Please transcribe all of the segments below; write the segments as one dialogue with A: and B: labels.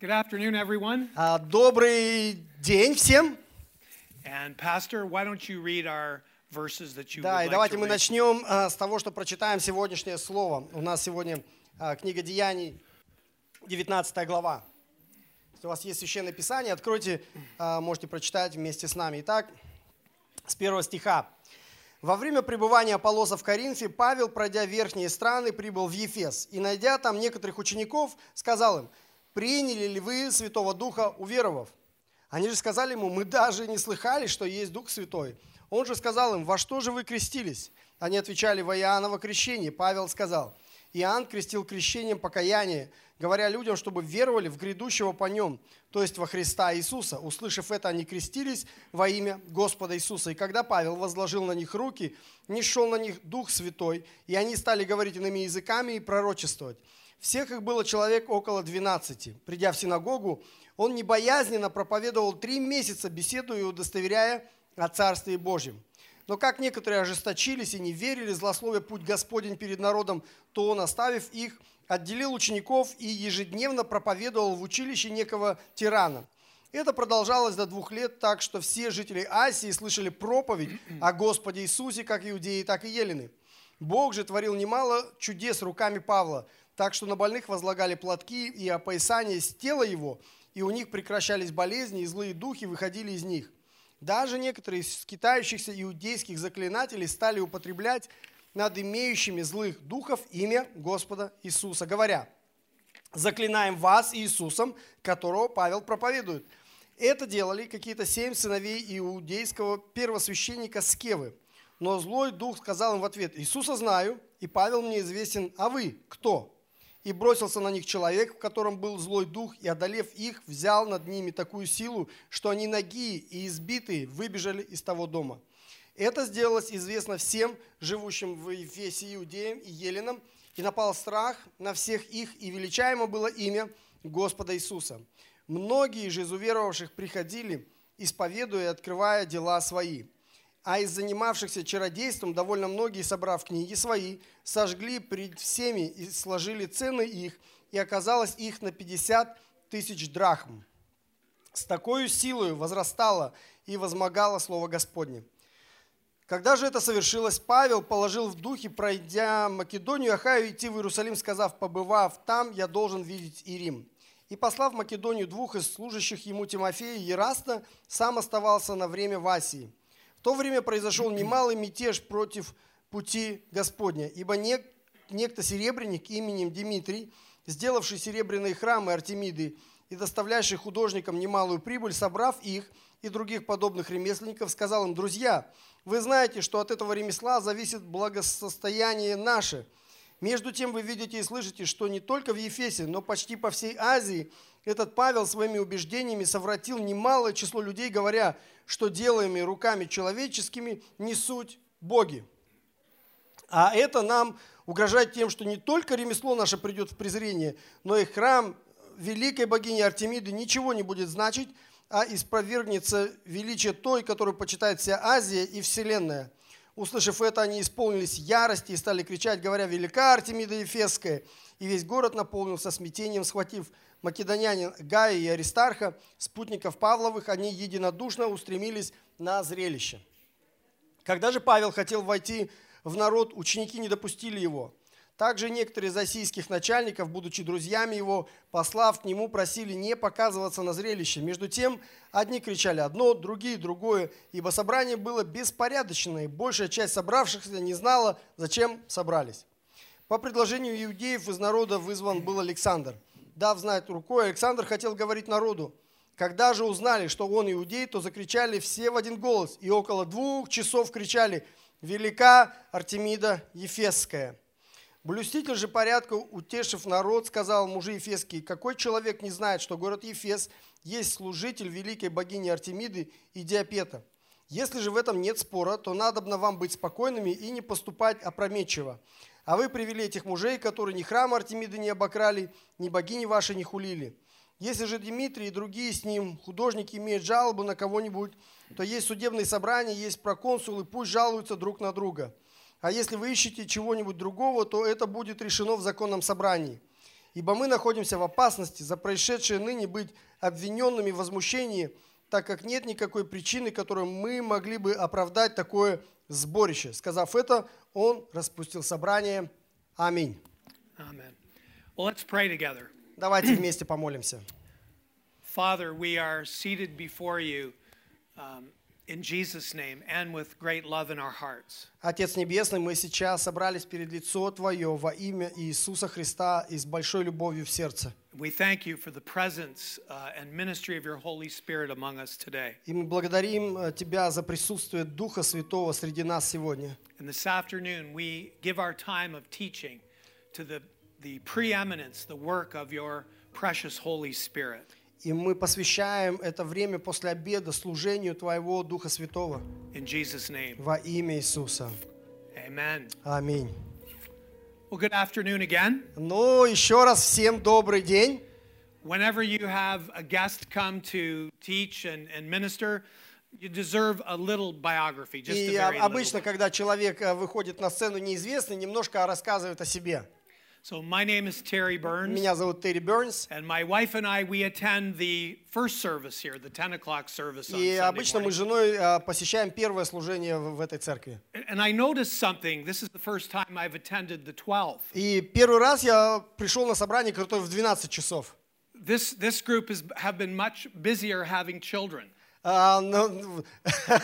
A: Good afternoon, everyone.
B: А, Добрый день всем.
A: And Pastor, why don't you read our verses that you
B: Да, и
A: would like
B: давайте
A: to
B: мы
A: read?
B: начнем а, с того, что прочитаем сегодняшнее слово. У нас сегодня а, книга Деяний, 19 глава. Если у вас есть священное писание, откройте, а, можете прочитать вместе с нами. Итак, с первого стиха. Во время пребывания Аполлоса в Коринфе Павел, пройдя верхние страны, прибыл в Ефес и, найдя там некоторых учеников, сказал им, «Приняли ли вы Святого Духа, уверовав?» Они же сказали ему, «Мы даже не слыхали, что есть Дух Святой». Он же сказал им, «Во что же вы крестились?» Они отвечали, «Во Иоанново крещение». Павел сказал, «Иоанн крестил крещением покаяния, говоря людям, чтобы веровали в грядущего по нем, то есть во Христа Иисуса. Услышав это, они крестились во имя Господа Иисуса. И когда Павел возложил на них руки, не шел на них Дух Святой, и они стали говорить иными языками и пророчествовать. Всех их было человек около 12. Придя в синагогу, он небоязненно проповедовал три месяца, беседуя и удостоверяя о Царстве Божьем. Но как некоторые ожесточились и не верили, злословие путь Господень перед народом, то он, оставив их, отделил учеников и ежедневно проповедовал в училище некого тирана. Это продолжалось до двух лет, так что все жители Асии слышали проповедь о Господе Иисусе, как иудеи, так и елены. Бог же творил немало чудес руками Павла, так что на больных возлагали платки и опоясания с тела его, и у них прекращались болезни, и злые духи выходили из них. Даже некоторые из скитающихся иудейских заклинателей стали употреблять над имеющими злых духов имя Господа Иисуса, говоря, «Заклинаем вас Иисусом, которого Павел проповедует». Это делали какие-то семь сыновей иудейского первосвященника Скевы. Но злой дух сказал им в ответ, «Иисуса знаю, и Павел мне известен, а вы кто?» И бросился на них человек, в котором был злой дух, и, одолев их, взял над ними такую силу, что они ноги и избитые выбежали из того дома. Это сделалось известно всем, живущим в Ефесе, иудеям и еленам, и напал страх на всех их, и величаемо было имя Господа Иисуса. Многие же из уверовавших приходили, исповедуя и открывая дела свои. А из занимавшихся чародейством довольно многие, собрав книги свои, сожгли пред всеми и сложили цены их, и оказалось их на 50 тысяч драхм. С такой силою возрастало и возмогало Слово Господне. Когда же это совершилось, Павел положил в духе, пройдя Македонию, Ахаю идти в Иерусалим, сказав, побывав там, я должен видеть и Рим. И послав в Македонию двух из служащих ему Тимофея и Ераста, сам оставался на время в Асии. В то время произошел немалый мятеж против пути Господня, ибо нек- некто серебряник именем Дмитрий, сделавший серебряные храмы Артемиды и доставляющий художникам немалую прибыль, собрав их и других подобных ремесленников, сказал им, «Друзья, вы знаете, что от этого ремесла зависит благосостояние наше». Между тем вы видите и слышите, что не только в Ефесе, но почти по всей Азии этот Павел своими убеждениями совратил немалое число людей, говоря, что делаемыми руками человеческими не суть боги. А это нам угрожает тем, что не только ремесло наше придет в презрение, но и храм великой богини Артемиды ничего не будет значить, а испровергнется величие той, которую почитает вся Азия и Вселенная. Услышав это, они исполнились ярости и стали кричать, говоря, «Велика Артемида Ефесская!» И весь город наполнился смятением, схватив македонянин Гая и Аристарха, спутников Павловых, они единодушно устремились на зрелище. Когда же Павел хотел войти в народ, ученики не допустили его. Также некоторые из российских начальников, будучи друзьями его, послав к нему, просили не показываться на зрелище. Между тем, одни кричали одно, другие другое, ибо собрание было беспорядочное, и большая часть собравшихся не знала, зачем собрались. По предложению иудеев из народа вызван был Александр. Дав знать рукой, Александр хотел говорить народу. Когда же узнали, что он иудей, то закричали все в один голос, и около двух часов кричали «Велика Артемида Ефесская!» Блюститель же порядка, утешив народ, сказал мужи Ефесские, какой человек не знает, что город Ефес есть служитель великой богини Артемиды и Диапета? Если же в этом нет спора, то надобно вам быть спокойными и не поступать опрометчиво. А вы привели этих мужей, которые ни храм Артемиды не обокрали, ни богини ваши не хулили. Если же Дмитрий и другие с ним художники имеют жалобу на кого-нибудь, то есть судебные собрания, есть проконсулы, пусть жалуются друг на друга. А если вы ищете чего-нибудь другого, то это будет решено в законном собрании. Ибо мы находимся в опасности за происшедшее ныне быть обвиненными в возмущении, так как нет никакой причины, которой мы могли бы оправдать такое сборище. Сказав это, он распустил собрание. Аминь.
A: Amen. Well, let's pray together.
B: Давайте вместе помолимся.
A: Father, we are seated before you um, in Jesus' name and with great love in our hearts.
B: Отец Небесный, мы сейчас собрались перед лицо Твое во имя Иисуса Христа и с большой любовью в сердце.
A: We thank you for the presence uh, and ministry of your Holy Spirit among us today.
B: И мы благодарим э, Тебя за присутствие Духа Святого среди нас сегодня.
A: And this afternoon, we give our time of teaching to the, the preeminence, the work of your precious Holy Spirit.
B: И мы посвящаем это время после обеда служению Твоего Духа Святого
A: In Jesus' name,
B: во имя Иисуса.
A: amen.
B: Аминь.
A: Well, good afternoon again.
B: Ну, еще раз всем добрый день.
A: Whenever you have a guest come to teach and, and minister, you deserve a little biography, just a
B: И
A: very
B: а,
A: little
B: обычно,
A: one.
B: когда человек э, выходит на сцену неизвестный, немножко рассказывает о себе.
A: So my name is Terry Burns,
B: Меня зовут Терри Бернс.
A: and my wife and I, we attend the first service here, the 10 o'clock service on
B: И
A: Sunday
B: обычно мы
A: morning.
B: с женой э, посещаем первое служение в в этой церкви.
A: And- And I noticed something. This is the first time I've attended the 12.
B: И первый раз я пришел на собрание, которое в 12 часов.
A: This, this group is, have been much busier having children.
B: А, ну,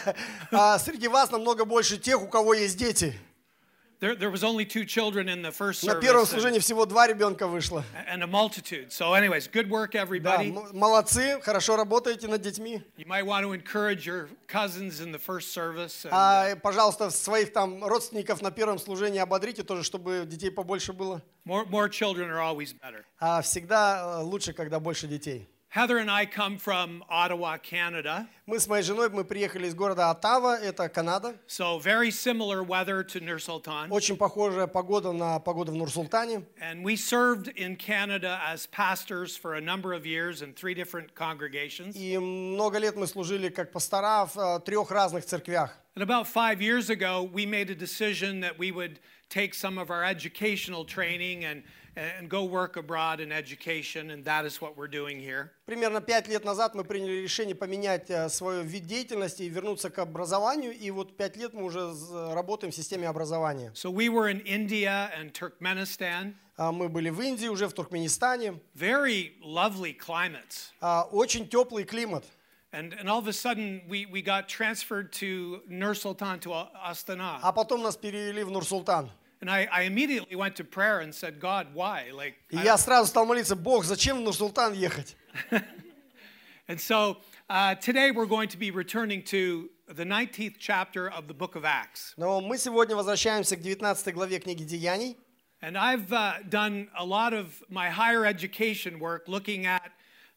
B: а среди вас намного больше тех, у кого есть дети.
A: There, there was only two children in the first
B: На
A: service
B: первом
A: and,
B: служении всего два ребенка вышло.
A: and a multitude. So anyways, good work,
B: Да,
A: everybody.
B: м- молодцы, хорошо работаете над детьми.
A: You might want to encourage your cousins in the first service. And,
B: А, пожалуйста, своих там родственников на первом служении ободрите тоже, чтобы детей побольше было.
A: More, more children are always better.
B: А всегда э, лучше, когда больше детей.
A: Heather and I come from Ottawa, Canada,
B: Мы с моей женой, мы приехали из города Оттава, это Канада.
A: so very similar weather to Nursultan.
B: Очень похожая погода на погоду в Нур-Султане.
A: And we served in Canada as pastors for a number of years in three different congregations.
B: И много лет мы служили как пастора в э, трех разных церквях.
A: And about five years ago, we made a decision that we would take some of our educational training and, and go work abroad in education, and that is what we're doing here.
B: Примерно пять лет назад мы приняли решение поменять э, свой вид деятельности и вернуться к образованию. И вот пять лет мы уже з- э, работаем в системе образования.
A: So we were in India and Turkmenistan,
B: А Мы были в Индии, уже в Туркменистане.
A: very lovely climates.
B: А, Очень теплый климат.
A: And, and all of a sudden, we, we got transferred to Nur Sultan to Astana.
B: А потом нас перевели в Нур-Султан.
A: And I, I immediately went to prayer and said, God, why? Like,
B: И
A: I-
B: я сразу стал молиться, Бог, зачем в Нур-Султан ехать?
A: and so uh, today we're going to be returning to the 19th chapter of the book of Acts.
B: Но мы сегодня возвращаемся к 19 главе книги Деяний.
A: And I've uh, done a lot of my higher education work looking at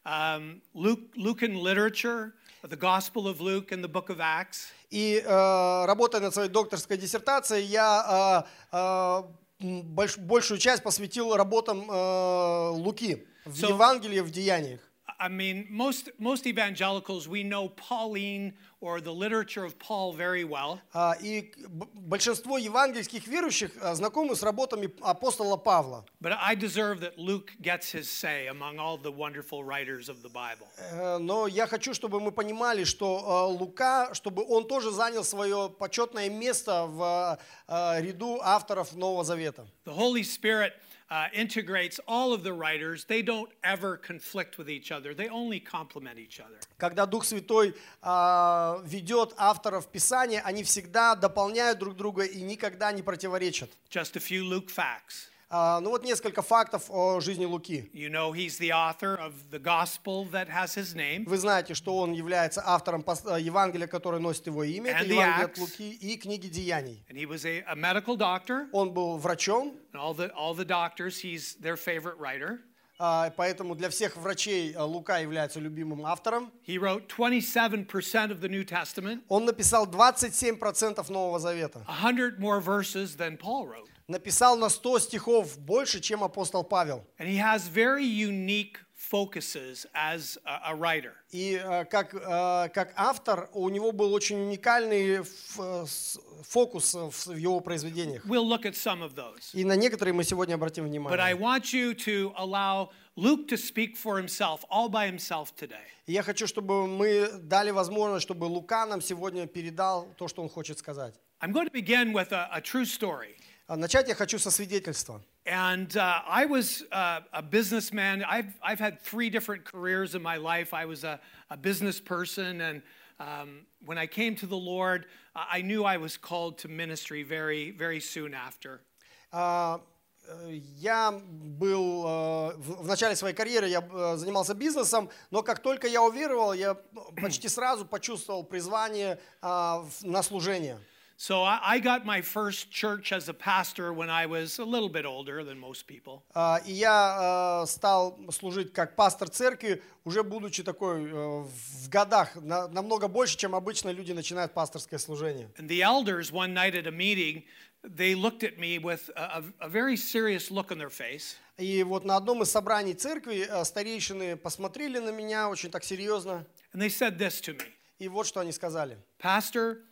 A: um, Luke, Lucan literature, the Gospel of Luke, and the book of Acts.
B: И э, работая над своей докторской диссертацией, я э, э, м, больш- большую часть посвятил работам э, Луки в
A: So-
B: Евангелии, в Деяниях.
A: I mean, most, most evangelicals, we know Pauline or the literature of Paul very well.
B: А, И к- б- большинство евангельских верующих а, знакомы с работами апостола Павла.
A: But I deserve that Luke gets his say among all the wonderful writers of the Bible.
B: Э, Но я хочу, чтобы мы понимали, что э, Лука, чтобы он тоже занял свое почетное место в э, ряду авторов Нового Завета.
A: The Holy Spirit uh, integrates all of the writers. They don't ever conflict with each other, they only complement each other.
B: Когда Дух Святой а, ведет авторов Писания, они всегда дополняют друг друга и никогда не противоречат.
A: Just a few Luke facts.
B: А, ну вот несколько фактов о жизни Луки.
A: You know, he's the author of the gospel that has his name.
B: Вы знаете, что он является автором пос- э, Евангелия, которое носит его имя, это
A: And the
B: Евангелие от
A: Acts.
B: Луки и книги Деяний.
A: And he was a, a medical doctor,
B: Он был врачом,
A: and all the, all the doctors, he's their favorite writer.
B: а, поэтому для всех врачей а, Лука является любимым автором.
A: He wrote 27% of the New Testament,
B: Он написал 27% Нового Завета.
A: 100 more verses than Paul wrote.
B: Написал на 100 стихов больше, чем апостол Павел.
A: And he has very unique focuses as a, a writer.
B: И э, как, э, как автор у него был очень уникальный ф- э, с- фокус в с- в его произведениях.
A: We'll look at some of those.
B: И на некоторые мы сегодня обратим
A: But I
B: внимание.
A: want you to allow Luke to speak for himself all by himself today.
B: И я хочу, чтобы мы дали возможность, чтобы Лука нам сегодня передал то, что он хочет сказать.
A: I'm going to begin with a, a true story.
B: А Начать я хочу со свидетельства.
A: And uh, I was uh, a businessman. I've, I've had three different careers in my life. I was a, a business person. And um, when I came to the Lord, I I knew I was called to ministry very, very soon after.
B: А, э, Я был э, в в начале своей карьеры я э, занимался бизнесом, но как только я уверовал, я ну, почти сразу почувствовал призвание а, в- на служение.
A: So I, I got my first church as a pastor when I was a little bit older than most people.
B: А, И я э, стал служить как пастор церкви, уже будучи такой э, в годах, на- намного больше, чем обычно люди начинают пасторское служение.
A: And the elders, one night at a meeting, they looked at me with a, a- a very serious look on their face.
B: И вот на одном из собраний церкви э, старейшины посмотрели на меня очень так серьезно,
A: And they said this to me
B: и вот что они сказали.
A: Pastor,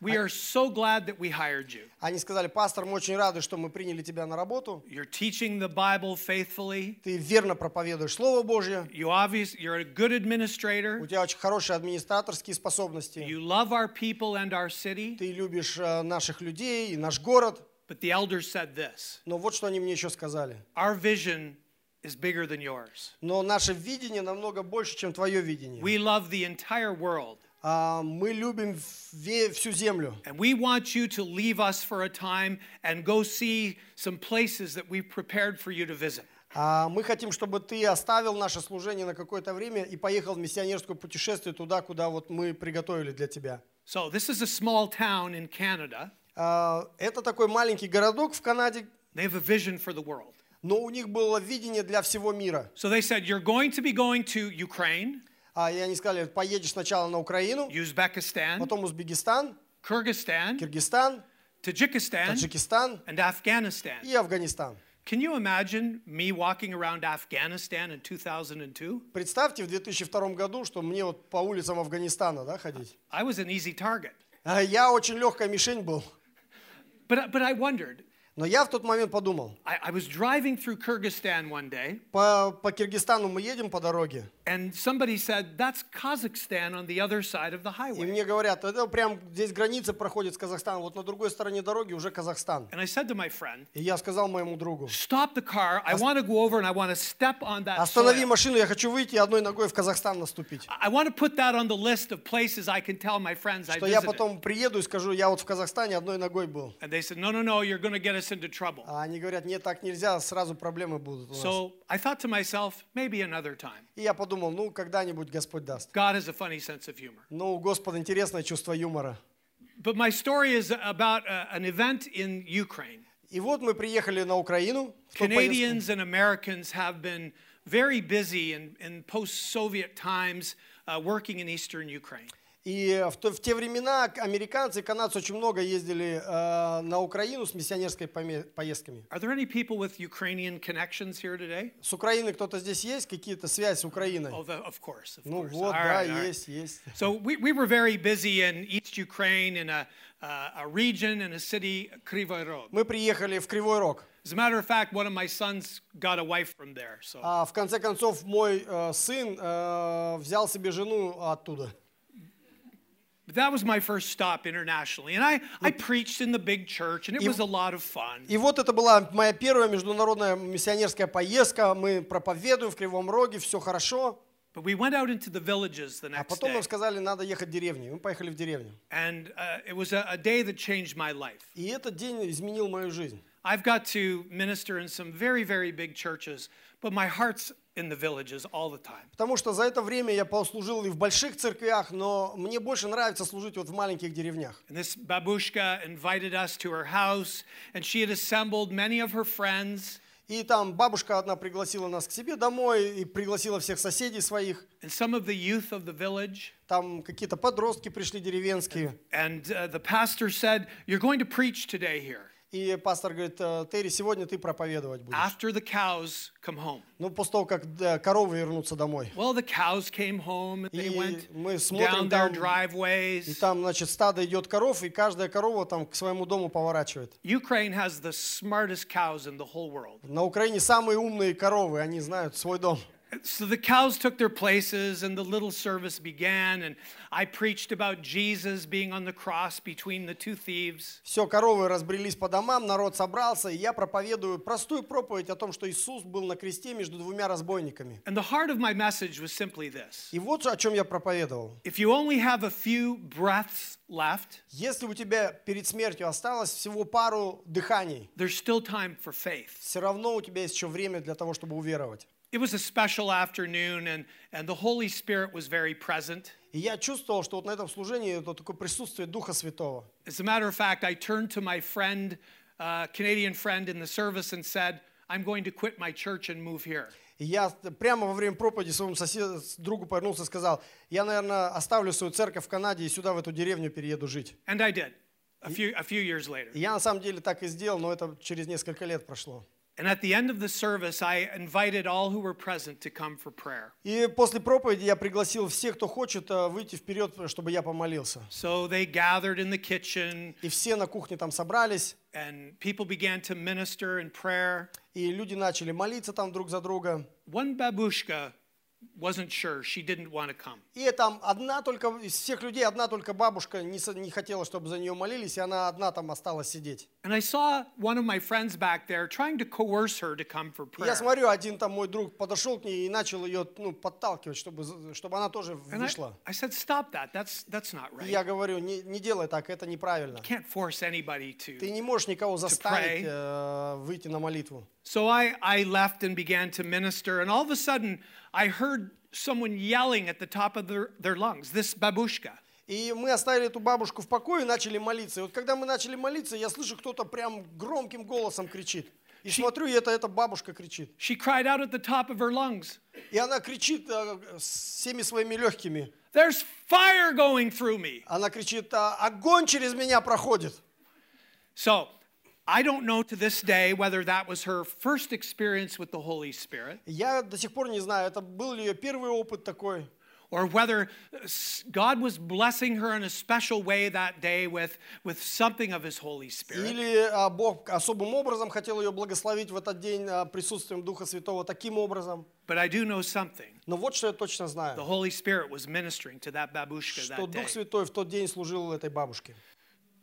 A: we are so glad that we hired you.
B: Они сказали, пастор, мы очень рады, что мы приняли тебя на работу.
A: You're teaching the Bible faithfully.
B: Ты верно проповедуешь Слово Божье.
A: You obvious, you're a good
B: У
A: administrator.
B: тебя очень хорошие администраторские способности.
A: You love our people and our city.
B: Ты любишь э, наших людей и наш город.
A: But the elders said this
B: Но вот что они мне еще сказали.
A: Our vision is bigger than yours.
B: Но наше видение намного больше, чем твое видение.
A: We love the entire world.
B: А, мы любим ве- всю землю.
A: And we want you to leave us for a time and go see some places that we've prepared for you to visit.
B: А мы хотим, чтобы ты оставил наше служение на какое-то время и поехал в миссионерское путешествие туда, куда вот мы приготовили для тебя.
A: So, this is a small town in Canada.
B: А, это такой маленький городок в Канаде,
A: They have a vision for the world.
B: но у них было видение для всего мира.
A: So, they said, You're going to be going to Ukraine,
B: А, и они сказали, поедешь сначала на Украину,
A: Uzbekistan,
B: потом Узбекистан,
A: Kyrgyzstan,
B: Киргизстан,
A: Tajikistan,
B: Таджикистан
A: and Afghanistan.
B: и Афганистан.
A: Can you imagine me walking around Afghanistan in 2002?
B: Представьте, в 2002 году, что мне вот по улицам Афганистана да, ходить.
A: I was an easy target.
B: А я очень легкая мишень был.
A: But, but I wondered.
B: Но я в тот момент подумал,
A: I, I was driving through Kyrgyzstan one day,
B: по, по Киргизстану мы едем по дороге,
A: And somebody said, that's Kazakhstan on the other side of the
B: и
A: highway.
B: мне говорят, это прям здесь граница проходит с Казахстаном, вот на другой стороне дороги уже Казахстан.
A: And I said to my friend,
B: И я сказал моему другу,
A: stop the car. I want to go over and I want to step on that
B: останови
A: soil.
B: машину, я хочу выйти и одной ногой в Казахстан наступить.
A: I want to put that on the list of places I can tell my friends I
B: Что я
A: visited.
B: потом приеду и скажу, я вот в Казахстане одной ногой был.
A: And they said, no, no, no, you're going to get us into trouble.
B: А они говорят, нет, так нельзя, сразу проблемы будут у нас.
A: So I thought to myself, maybe another time.
B: И я подумал, ну, когда-нибудь Господь даст.
A: God has a funny sense of humor.
B: Ну, у Господа интересное чувство юмора.
A: But my story is about uh, an event in Ukraine.
B: И вот мы приехали на Украину. в ту поездку.
A: Canadians and Americans have been very busy in, in post Soviet times uh, working in eastern Ukraine.
B: И в, то- в те времена к- американцы и канадцы очень много ездили э, на Украину с миссионерской поме- поездками.
A: Are there any people with Ukrainian connections here today?
B: С Украины кто-то здесь есть? Какие-то связи с Украиной?
A: Oh, the, of course, of
B: ну
A: course. All
B: вот, да,
A: right, all right.
B: есть, есть.
A: So we, we were very busy in East Ukraine in a, uh, a region and a city, Kryvyi Rog.
B: Мы приехали в Кривой Рог.
A: As a matter of fact, one of my sons got a wife from there. So,
B: А в конце концов, мой э, сын э, взял себе жену оттуда.
A: but that was my first stop internationally, and I, I preached in the big church, and it was a lot of fun.
B: И вот это была моя первая международная миссионерская поездка. Мы проповедуем в Кривом Роге, все хорошо.
A: But we went out into the villages the
B: А
A: next
B: потом
A: day,
B: нам сказали, надо ехать в деревню. И Мы поехали в деревню.
A: and uh, it was a, a day that changed my life.
B: И этот день изменил мою жизнь.
A: I've got to minister in some very, very big churches, but my heart's in the villages all the time.
B: Потому что за это время я послужил и в больших церквях, но мне больше нравится служить вот в маленьких деревнях.
A: And this babushka invited us to her house, and she had assembled many of her friends,
B: И там бабушка одна пригласила нас к себе домой и пригласила всех соседей своих.
A: and some of the youth of the village.
B: Там какие-то подростки пришли деревенские.
A: And uh, the pastor said, You're going to preach today here.
B: И пастор говорит, «Э, Терри, сегодня ты проповедовать будешь.
A: after the cows come home.
B: Ну, после того, как да, коровы вернутся домой.
A: Well, the cows came home and they
B: И
A: went
B: мы
A: down their
B: смотрим там, и
A: driveways.
B: там, значит, стадо идет коров, и каждая корова там к своему дому поворачивает.
A: Ukraine has the smartest cows in the whole world.
B: На Украине самые умные коровы, они знают свой дом.
A: So the cows took their places and the little service began. And I preached about Jesus being on the cross between the two thieves.
B: Все, коровы разбрелись по домам, народ собрался, и я проповедую простую проповедь о том, что Иисус был на кресте между двумя разбойниками.
A: And the heart of my message was simply this
B: И вот о чем я проповедовал.
A: if you only have a few breaths left,
B: Если у тебя перед смертью осталось всего пару дыханий,
A: there's still time for faith.
B: все равно у тебя есть еще время для того, чтобы уверовать.
A: It was a special afternoon, and, and the Holy Spirit was very present.
B: И я чувствовал, что вот на этом служении это такое присутствие Духа Святого.
A: As a matter of fact, I turned to my friend, uh, Canadian friend in the service, and said, I'm going to quit my church and move here.
B: И я прямо во время проповеди своему соседу, другу повернулся и сказал, я, наверное, оставлю свою церковь в Канаде и сюда, в эту деревню перееду жить.
A: And I did a few, a few years later.
B: И я на самом деле так и сделал, но это через несколько лет прошло.
A: And at the end of the service, I invited all who were present to come for prayer.
B: И после проповеди я пригласил всех, кто хочет, э, выйти вперед, чтобы я помолился.
A: So they gathered in the kitchen,
B: И все на кухне там собрались,
A: and people began to minister in prayer.
B: и люди начали молиться там друг за друга.
A: One babushka wasn't sure, she didn't want to come.
B: И там одна только, из всех людей одна только бабушка не, со- не хотела, чтобы за нее молились, и она одна там осталась сидеть.
A: And I saw one of my friends back there trying to coerce her to come for
B: И
A: prayer.
B: я смотрю, один там мой друг подошел к ней и начал ее ну, подталкивать, чтобы, за- чтобы она тоже
A: And I-
B: вышла.
A: I, said, stop that. That's, that's not
B: И
A: right.
B: я говорю, не, не делай так, это неправильно.
A: can't force anybody
B: Ты
A: to.
B: не можешь никого заставить э, выйти на молитву.
A: So I, I left and began to minister. And all of a sudden, I heard someone yelling at the top of their, their lungs, this babushka.
B: И мы оставили эту бабушку в покое и начали молиться. И вот когда мы начали молиться, я слышу, кто-то прям громким голосом кричит. И смотрю, и это эта бабушка кричит.
A: She cried out at the top of her lungs,
B: И она кричит э, с всеми своими легкими.
A: There's fire going through me.
B: Она кричит, «А, огонь через меня проходит.
A: So I don't know to this day whether that was her first experience with the Holy Spirit
B: Я до сих пор не знаю, это был ли ее первый опыт такой,
A: or whether uh, s- God was blessing her in a special way that day with, with something of His Holy Spirit.
B: или а, Бог особым образом хотел ее благословить в этот день а, присутствием Духа Святого таким образом.
A: But I do know something.
B: Но вот что я точно
A: The
B: знаю,
A: Holy Spirit was ministering to that babushka
B: что
A: that day.
B: Дух Святой в тот день служил этой бабушке.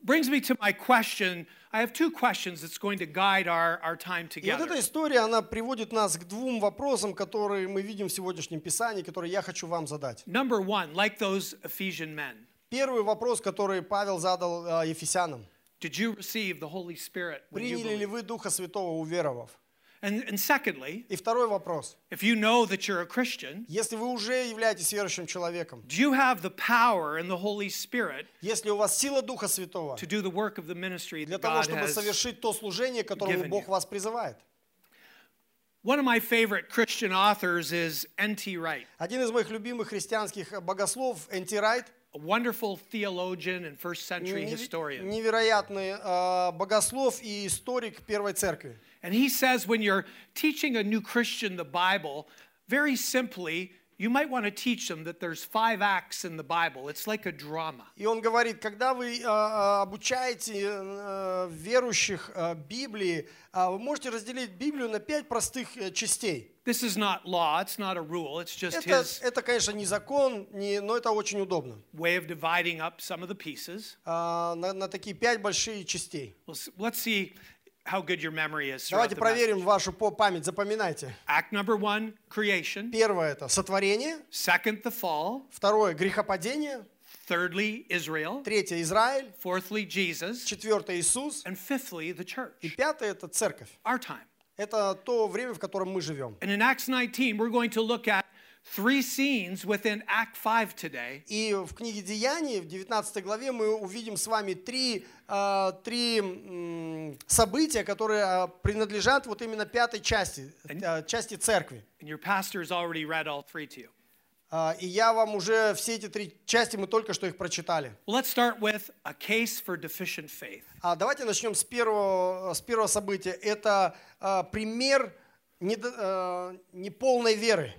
A: Brings me to my question. I have two questions that's going to guide our, our time
B: И вот
A: together.
B: эта история, она приводит нас к двум вопросам, которые мы видим в сегодняшнем Писании, которые я хочу вам задать.
A: Number one, like those Ephesian men,
B: Первый вопрос, который Павел задал а, Ефесянам.
A: did you receive the Holy Spirit when you
B: Приняли ли
A: believed?
B: вы Духа Святого, уверовав?
A: And, and secondly,
B: И второй вопрос.
A: if you know that you're a Christian,
B: Если вы уже являетесь верующим человеком,
A: do you have the power and the Holy Spirit
B: если у вас сила Духа Святого
A: to do the work of the ministry
B: для
A: that
B: того,
A: God
B: чтобы
A: has?
B: совершить то служение, к которому
A: given
B: Бог
A: you.
B: вас призывает?
A: One of my favorite Christian authors is N.T. Wright,
B: Один из моих любимых христианских э, богослов, Энти Райт,
A: a wonderful theologian and first century
B: неверо-
A: historian.
B: невероятный а, богослов и историк Первой Церкви.
A: And he says when you're teaching a new Christian the Bible, very simply, you might want to teach them that there's five acts in the Bible. It's like a drama.
B: И он говорит, когда вы э, э, обучаете э, верующих э, Библии, э, вы можете разделить Библию на пять простых э, частей.
A: This is not law, it's not a rule, it's just
B: Это,
A: his
B: это, конечно, не закон, не, но это очень удобно.
A: way of dividing up some of the pieces.
B: А, на, на такие пять большие частей.
A: Well, s- Let's see how good your memory is. throughout
B: Давайте
A: the message.
B: проверим вашу по- память, запоминайте.
A: Act number one creation,
B: Первое это сотворение,
A: second, the fall,
B: второе грехопадение,
A: thirdly, Israel,
B: третье Израиль,
A: fourthly, Jesus,
B: четвертое Иисус
A: and fifthly, the
B: и
A: church,
B: пятое это церковь.
A: our time.
B: Это то время, в котором мы живем.
A: And in Acts 19, we're going to look at three scenes within Act 5 today
B: И в книге Деяний, в 19 главе, мы увидим с вами три, а, три м, события, которые а, принадлежат вот именно пятой части, а, части церкви.
A: And your pastor's already read all three to you.
B: А, А, И я вам уже все эти три части, мы только что их прочитали.
A: Well, let's start with a case for deficient faith.
B: А давайте начнем с первого, с первого события. Это а, пример недо- а, неполной веры.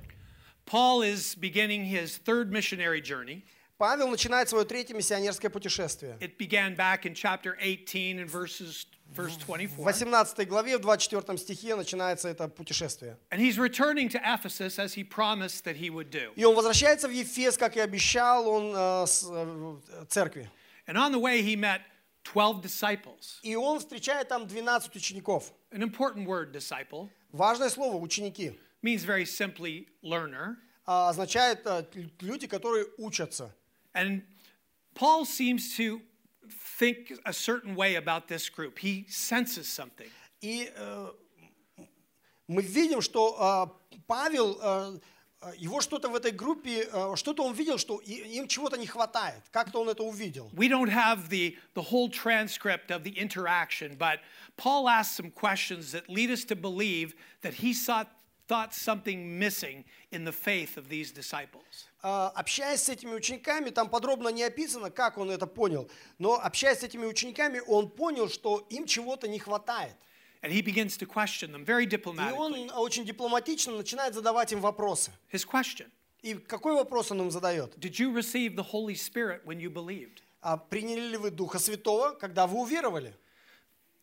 A: Paul is beginning his third missionary journey.
B: Павел начинает свое третье миссионерское путешествие.
A: It began back in chapter 18 and verses verse
B: В
A: 24.
B: 18 главе, в 24 стихе начинается это путешествие.
A: And he's returning to Ephesus as he promised that he would do.
B: И он возвращается в Ефес, как и обещал он э, с- э, церкви.
A: And on the way, he met 12 disciples.
B: И он встречает там 12 учеников.
A: An important word, disciple,
B: Важное слово «ученики»
A: means very simply learner.
B: а, означает э, лю- люди, которые учатся.
A: And Paul seems to think a certain way about this group. He senses something.
B: И э, мы видим, что э, Павел, э, э, его что-то в этой группе, э, что-то он видел, что и- им чего-то не хватает. Как-то он это увидел.
A: We don't have the, the whole transcript of the interaction, but Paul asks some questions that lead us to believe that he saw, thought something missing in the faith of these disciples.
B: А, Общаясь с этими учениками, там подробно не описано, как он это понял, но общаясь с этими учениками, он понял, что им чего-то не хватает.
A: And he begins to question them very
B: И
A: diplomatically.
B: он очень дипломатично начинает задавать им вопросы.
A: His question
B: И какой вопрос он им задает?
A: Did you receive the Holy Spirit when you believed?
B: А приняли ли вы Духа Святого, когда вы уверовали?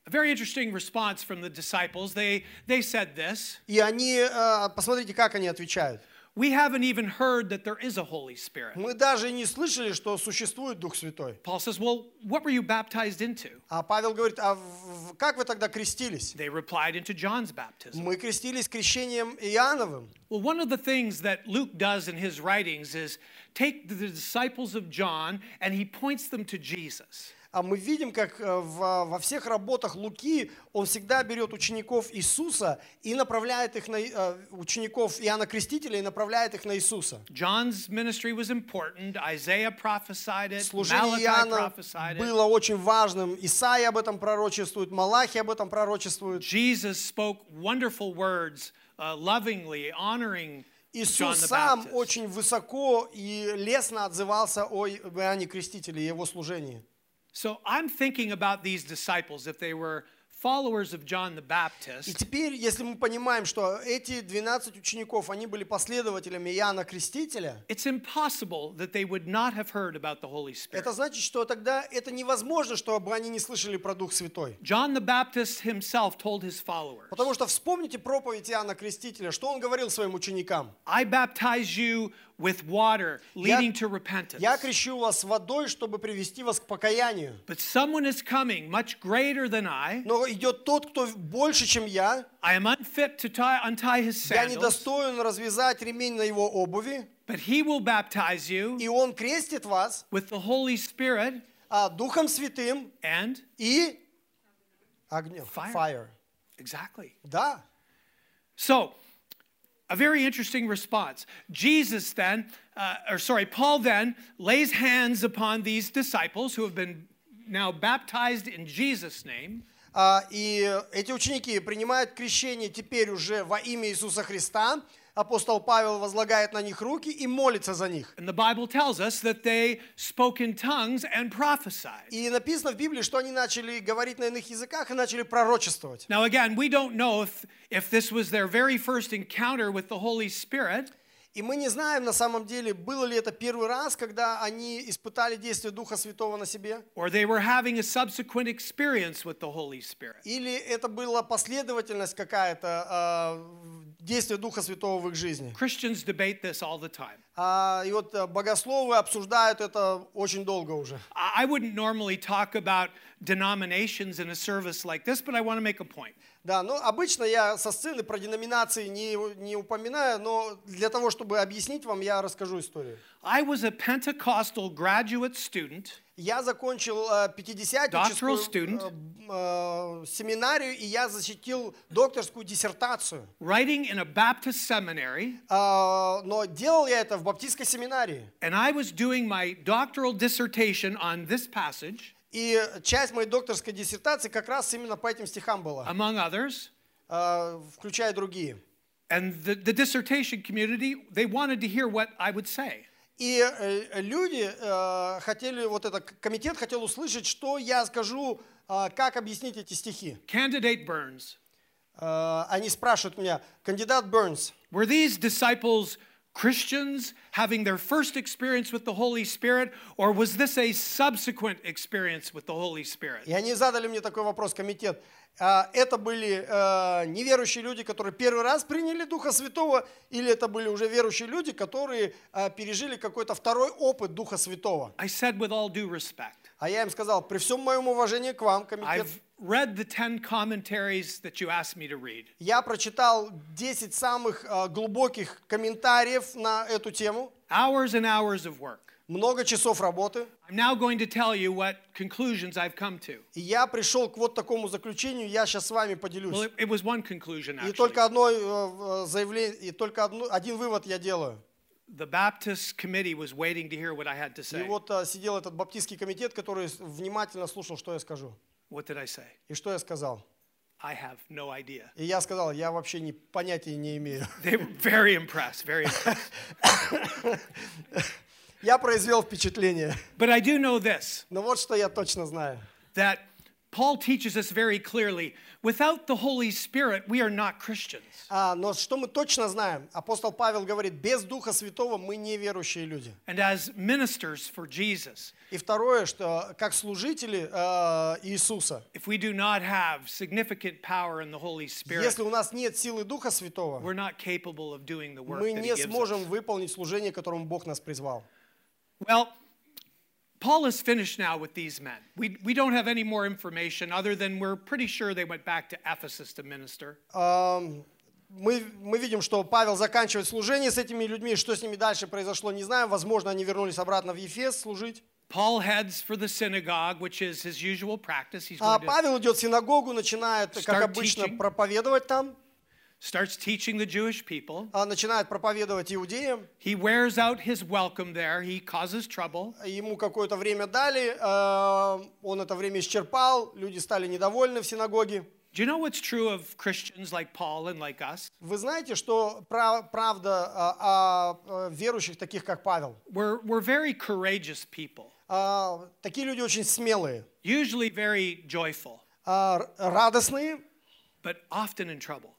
A: A very interesting response from the disciples. They, they said this
B: И они, э, посмотрите, как они отвечают.
A: We haven't even heard that there is a Holy Spirit.
B: Мы даже не слышали, что существует Дух Святой.
A: Paul says, Well, what were you baptized into?
B: А Павел говорит, а в- в- как вы тогда крестились?
A: They replied, Into John's baptism.
B: Мы крестились крещением Иоанновым.
A: Well, one of the things that Luke does in his writings is take the disciples of John and he points them to Jesus.
B: А мы видим, как э, во во всех работах Луки он всегда берет учеников Иисуса и направляет их на И- э, учеников Иоанна Крестителя и направляет их на Иисуса.
A: John's ministry was important. Isaiah prophesied it,
B: Служение
A: Malachi
B: Иоанна
A: prophesied it.
B: было очень важным. Исаия об этом пророчествует, Малахи об этом пророчествует.
A: Jesus spoke wonderful words, uh, lovingly honoring John
B: Иисус
A: the
B: сам
A: Baptist.
B: очень высоко и лестно отзывался о И- об Иоанне Крестителе и его служении.
A: So I'm thinking about these disciples if they were followers of John the
B: И
A: Baptist.
B: теперь, если мы понимаем, что эти 12 учеников, они были последователями Иоанна Крестителя,
A: It's impossible that they would not have heard about the Holy Spirit.
B: это значит, что тогда это невозможно, чтобы они не слышали про Дух Святой.
A: John the Baptist himself told his followers,
B: Потому что вспомните проповедь Иоанна Крестителя, что он говорил своим ученикам.
A: I baptize you with water leading to repentance.
B: «Я крещу вас водой, чтобы привести вас к покаянию.
A: But someone is coming much greater than I.
B: Но идет тот, кто больше, чем я.
A: I am unfit to tie, untie his
B: Я
A: sandals,
B: недостоин развязать ремень на его обуви.
A: but he will baptize you
B: И он крестит вас
A: with the Holy Spirit
B: а, Духом Святым
A: and
B: и огнем.
A: Fire.
B: Fire.
A: exactly.
B: Да.
A: So, a very interesting response. Jesus then, uh, or sorry, Paul then lays hands upon these disciples who have been now baptized in Jesus' name.
B: А, и эти ученики принимают крещение теперь уже во имя Иисуса Христа. Апостол Павел возлагает на них руки и молится за них.
A: And the Bible tells us that they spoke in tongues and prophesied.
B: И написано в Библии, что они начали говорить на иных языках и начали пророчествовать.
A: Now, again, we don't know if, if this was their very first encounter with the Holy Spirit,
B: И мы не знаем на самом деле, было ли это первый раз, когда они испытали действие Духа Святого на себе,
A: or they were having a subsequent experience with the Holy Spirit.
B: или это была последовательность какая-то э, действия Духа Святого в их жизни.
A: Christians debate this all the time.
B: А, и вот э, богословы обсуждают это очень долго уже.
A: I I wouldn't normally talk about denominations in a service like this, but I want to make a point.
B: Да, ну обычно я со сцены про деноминации не, у- не упоминаю, но для того, чтобы объяснить вам, я расскажу историю.
A: I was a Pentecostal graduate student,
B: Я закончил э, пятидесятническую,
A: Doctoral student.
B: э, б- э, семинарию, и я защитил докторскую диссертацию.
A: writing in a Baptist seminary,
B: А, но делал я это в баптистской семинарии.
A: and I was doing my doctoral dissertation on this passage,
B: И часть моей докторской
A: А
B: диссертации как раз именно по этим стихам была,
A: among others.
B: а, включая другие.
A: And the, the dissertation community, they wanted to hear what I would say.
B: И э, люди э, хотели, вот этот комитет хотел услышать, что я скажу, э, как объяснить эти стихи.
A: Candidate Burns,
B: Э, Они спрашивают меня, кандидат Бернс,
A: were these disciples Christians having their first experience with the Holy Spirit, or was this a subsequent experience with the Holy Spirit?
B: и они задали мне такой вопрос, комитет, а это были э, неверующие люди, которые первый раз приняли Духа Святого, или это были уже верующие люди, которые э, пережили какой-то второй опыт Духа Святого?
A: I said, with all due respect,
B: А я им сказал, при всем моем уважении к вам, комитет,
A: I've read the 10 commentaries that you asked me to read.
B: я прочитал 10 самых э, глубоких комментариев на эту тему,
A: Hours and hours of work.
B: много часов работы,
A: I'm now going to tell you what conclusions I've come to.
B: и я пришел к вот такому заключению, я сейчас с вами поделюсь.
A: Well, it, it was one conclusion,
B: И
A: actually.
B: только одно э, э, заявление, и только одно- один вывод я делаю.
A: The Baptist committee was waiting to hear what I had to
B: И
A: say.
B: вот э, сидел этот баптистский комитет, который с- внимательно слушал, что я скажу.
A: What did I say?
B: И что я сказал?
A: I have no idea.
B: И я сказал, я вообще ни, понятия не имею.
A: They were very impressed, very impressed.
B: Я произвел впечатление.
A: But I do know this
B: Но вот что я точно знаю.
A: that Paul teaches us very clearly without the Holy Spirit, we are not Christians.
B: А, но что мы точно знаем? Апостол Павел говорит, без Духа Святого мы неверующие люди.
A: And as ministers for Jesus,
B: И второе, что как служители э, Иисуса,
A: if we do not have significant power in the Holy Spirit,
B: если у нас нет силы Духа Святого,
A: we're not capable of doing the work
B: мы
A: that he
B: не
A: gives us.
B: сможем выполнить служение, к которому Бог нас призвал.
A: Well, Paul is finished now with these men. We, we don't have any more information other than we're pretty sure they went back to Ephesus to minister.
B: Uh, Ам, Мы, мы видим, что Павел заканчивает служение с этими людьми. Что с ними дальше произошло, не знаем. Возможно, они вернулись обратно в Ефес служить.
A: Paul heads for the synagogue, which is his usual practice. He's
B: А
A: going to,
B: Павел идет в синагогу, начинает,
A: Start
B: как обычно,
A: teaching.
B: проповедовать там.
A: starts teaching the Jewish people.
B: а, Начинает проповедовать иудеям.
A: He wears out his welcome there. He causes trouble.
B: Ему какое-то время дали, э, он это время исчерпал, люди стали недовольны в синагоге.
A: Do you know what's true of Christians like Paul and like us?
B: Вы знаете, что пра- правда а, о, э, верующих, таких как Павел?
A: We're, we're very courageous people,
B: А, такие люди очень смелые,
A: usually very joyful,
B: а, р- радостные,
A: but often in trouble.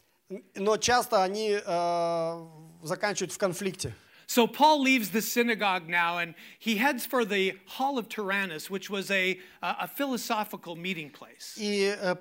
B: Но часто они э, заканчивают в конфликте.
A: So Paul leaves the synagogue now and he heads for the Hall of Tyrannus, which was a, a a philosophical meeting place.
B: И э,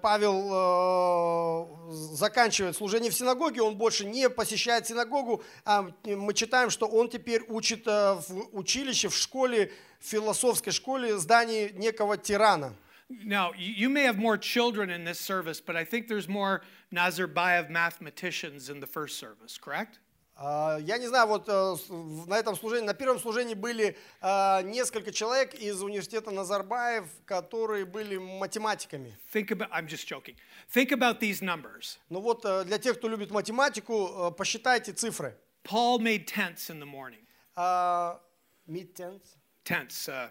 B: Павел э, заканчивает служение в синагоге, он больше не посещает синагогу. А мы читаем, что он теперь учит э, в училище, в школе, в философской школе здании некого тирана.
A: Now, you you may have more children in this service, but I think there's more Nazarbayev mathematicians in the first service, correct?
B: А, Я не знаю, вот э, с- в- на этом служении, на первом служении были э, несколько человек из университета Назарбаев, которые были математиками.
A: Think about, I'm just joking. Think about these numbers.
B: Ну вот э, для тех, кто любит математику, э, посчитайте цифры.
A: Paul made tents in the morning.
B: А, meat tents?
A: Tents, uh,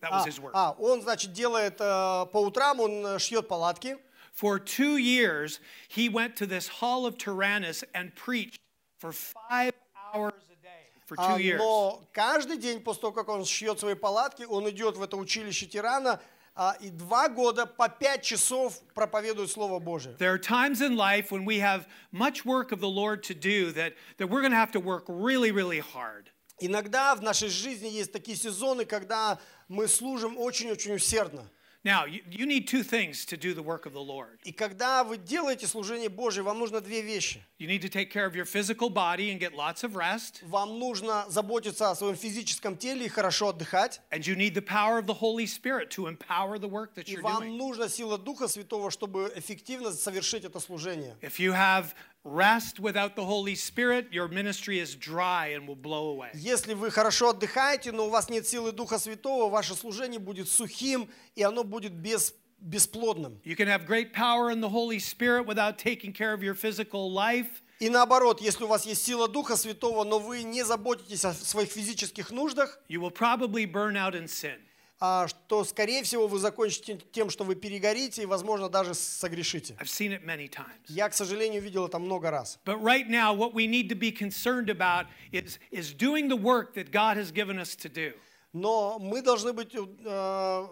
A: that was his word.
B: А, он, значит, делает э, по утрам, он э, шьет палатки.
A: For two years, he went to this hall of Tyrannus and preached for five hours a day for two
B: А,
A: years.
B: но каждый день после того, как он шьет свои палатки, он идет в это училище тирана а, и два года по пять часов проповедует Слово Божие.
A: There are times in life when we have much work of the Lord to do that, that we're going to have to work really, really hard.
B: Иногда в нашей жизни есть такие сезоны, когда мы служим очень-очень усердно.
A: Now, you, you need two things to do the work of the Lord.
B: И когда вы делаете служение Божие, вам нужно две вещи.
A: You need to take care of your physical body and get lots of rest,
B: Вам нужно заботиться о своем физическом теле и хорошо отдыхать.
A: and you need the power of the Holy Spirit to empower the work that
B: И
A: you're
B: вам
A: doing.
B: нужна сила Духа Святого, чтобы эффективно совершить это служение.
A: If you have rest without the Holy Spirit, your ministry is dry and will blow away.
B: Если вы хорошо отдыхаете, но у вас нет силы Духа Святого, ваше служение будет сухим, и оно будет без, бесплодным.
A: You can have great power in the Holy Spirit without taking care of your physical life,
B: И наоборот, если у вас есть сила Духа Святого, но вы не заботитесь о своих физических нуждах,
A: you will probably burn out in sin.
B: а, а, что, скорее всего, вы закончите тем, что вы перегорите и, возможно, даже согрешите.
A: I've seen it many times.
B: Я, к сожалению, видел это много раз.
A: But right now, what we need to be concerned about is, is doing the work that God has given us to do.
B: Но мы должны быть, э,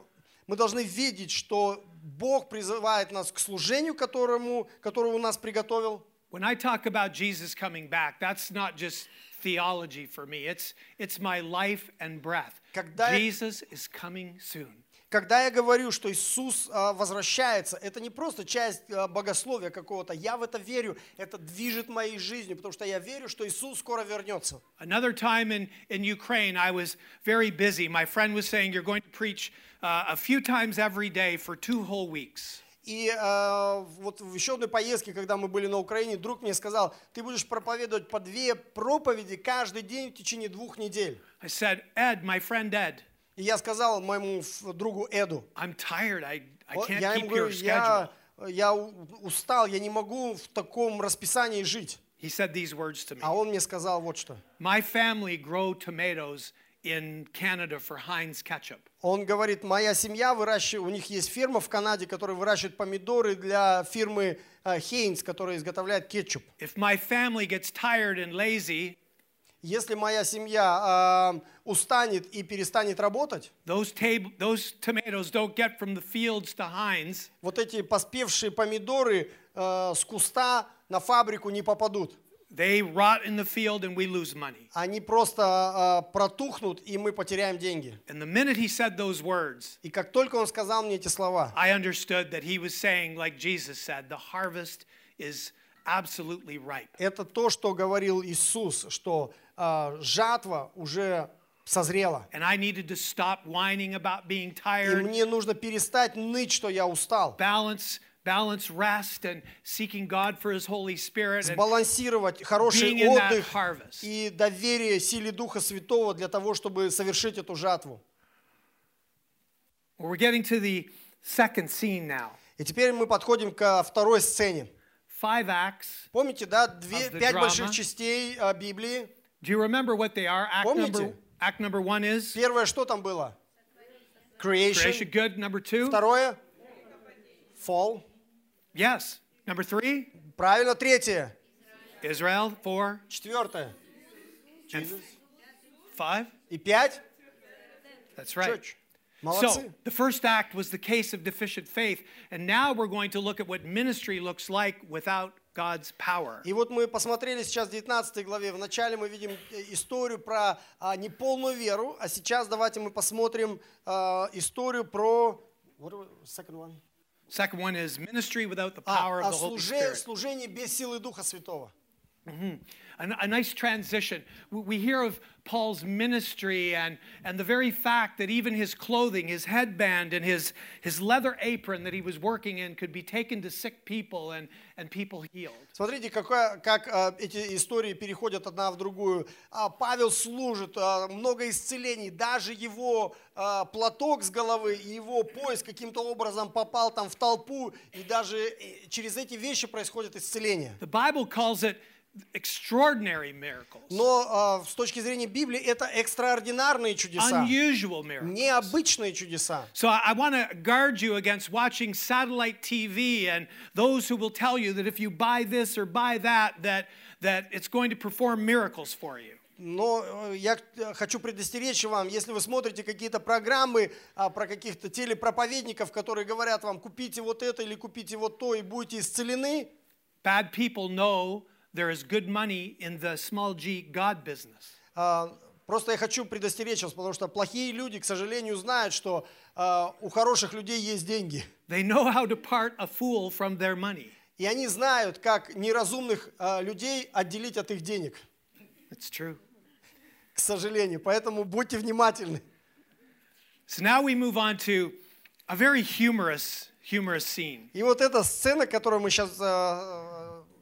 B: мы должны видеть, что Бог призывает нас к служению, которому, которое у нас приготовил.
A: When I talk about Jesus coming back, that's not just theology for me, it's, it's my life and breath.
B: Когда-
A: Jesus is coming soon.
B: Когда я говорю, что Иисус а, возвращается, это не просто часть а, богословия какого-то. Я в это верю, это движет моей жизнью, потому что я верю, что Иисус скоро вернется.
A: Another time in, in Ukraine, I was very busy. My friend was saying, You're going to preach uh, a few times every day for two whole weeks.
B: И а, вот в еще одной поездке, когда мы были на Украине, друг мне сказал, ты будешь проповедовать по две проповеди каждый день в течение двух недель.
A: I said, Ed, my friend Ed,
B: И я сказал моему ф- другу Эду,
A: I'm tired. I, I
B: «О,
A: can't
B: я ему
A: keep your
B: говорю,
A: schedule.
B: я, я у- устал, я не могу в таком расписании жить.
A: He said these words to me
B: А он мне сказал вот что.
A: My family grow tomatoes in Canada for Heinz ketchup.
B: Он говорит, моя семья выращивает, у них есть фирма в Канаде, которая выращивает помидоры для фирмы Хейнс, которая изготовляет кетчуп.
A: If my family gets tired and lazy,
B: Если моя семья а, устанет и перестанет работать,
A: those, tab- those tomatoes don't get from the fields to Heinz.
B: вот эти поспевшие помидоры э, с куста на фабрику не попадут.
A: They rot in the field and we lose money.
B: Они просто э, протухнут, и мы потеряем деньги.
A: And the minute he said those words,
B: И как только он сказал мне эти слова,
A: I understood that he was saying, like Jesus said, the harvest is absolutely ripe.
B: это то, что говорил Иисус, что э, жатва уже созрела.
A: And I needed to stop whining about being
B: И
A: tired,
B: мне нужно перестать ныть, что я устал.
A: balance, balance rest, and seeking God for his Holy Spirit and
B: Балансировать хороший
A: being in that
B: отдых
A: harvest.
B: и доверие силе Духа Святого для того, чтобы совершить эту жатву.
A: Well, we're getting to the second scene now.
B: И теперь мы подходим ко второй сцене.
A: Five acts.
B: Помните, да, две,
A: Of the
B: пять
A: drama.
B: больших частей а, Библии.
A: Do you remember what they are? Act number,
B: Помните?
A: act number one is
B: Первое, что там было? Creation.
A: creation good. Number two,
B: Второе? Fall.
A: yes. Number three,
B: Правильно, третье.
A: Israel. Four,
B: Четвертое.
A: and five.
B: И пять?
A: That's right.
B: Church.
A: So,
B: Молодцы.
A: the first act was the case of deficient faith, and now we're going to look at what ministry looks like without God's power.
B: И вот мы посмотрели сейчас в 19 главе. Вначале мы видим э, историю про а, неполную веру, а сейчас давайте мы посмотрим а, историю про... What do we- second one?
A: Second one is ministry without the power
B: А,
A: of
B: о
A: the Holy
B: служе-
A: Spirit.
B: служении без силы Духа Святого.
A: A, a nice transition. We, we hear of Paul's ministry and, and the very fact that even his clothing, his headband, and his, his leather apron that he was working in could be taken to sick people and, and people healed.
B: Смотрите, какая- как а, эти истории переходят одна в другую. А, Павел служит, а, много исцелений, даже его а, платок с головы и его пояс каким-то образом попал там в толпу, и даже э, через эти вещи происходит исцеление.
A: The Bible calls it extraordinary miracles,
B: Но а, с точки зрения Библии это экстраординарные чудеса,
A: unusual miracles.
B: необычные чудеса.
A: So I, I want to guard you against watching satellite TV and those who will tell you that if you buy this or buy that, that that it's going to perform miracles for you.
B: Но э, я э, хочу предостеречь вам, если вы смотрите какие-то программы а, про каких-то телепроповедников, которые говорят вам, купите вот это или купите вот то и будете исцелены,
A: Bad people know there is good money in the small g God business.
B: а, просто я хочу предостеречь вас, потому что плохие люди, к сожалению, знают, что а, у хороших людей есть деньги.
A: They know how to part a fool from their money.
B: И они знают, как неразумных а, людей отделить от их денег,
A: It's true.
B: к сожалению. Поэтому будьте внимательны.
A: So now we move on to a very humorous, humorous scene.
B: И вот эта сцена, которую мы сейчас,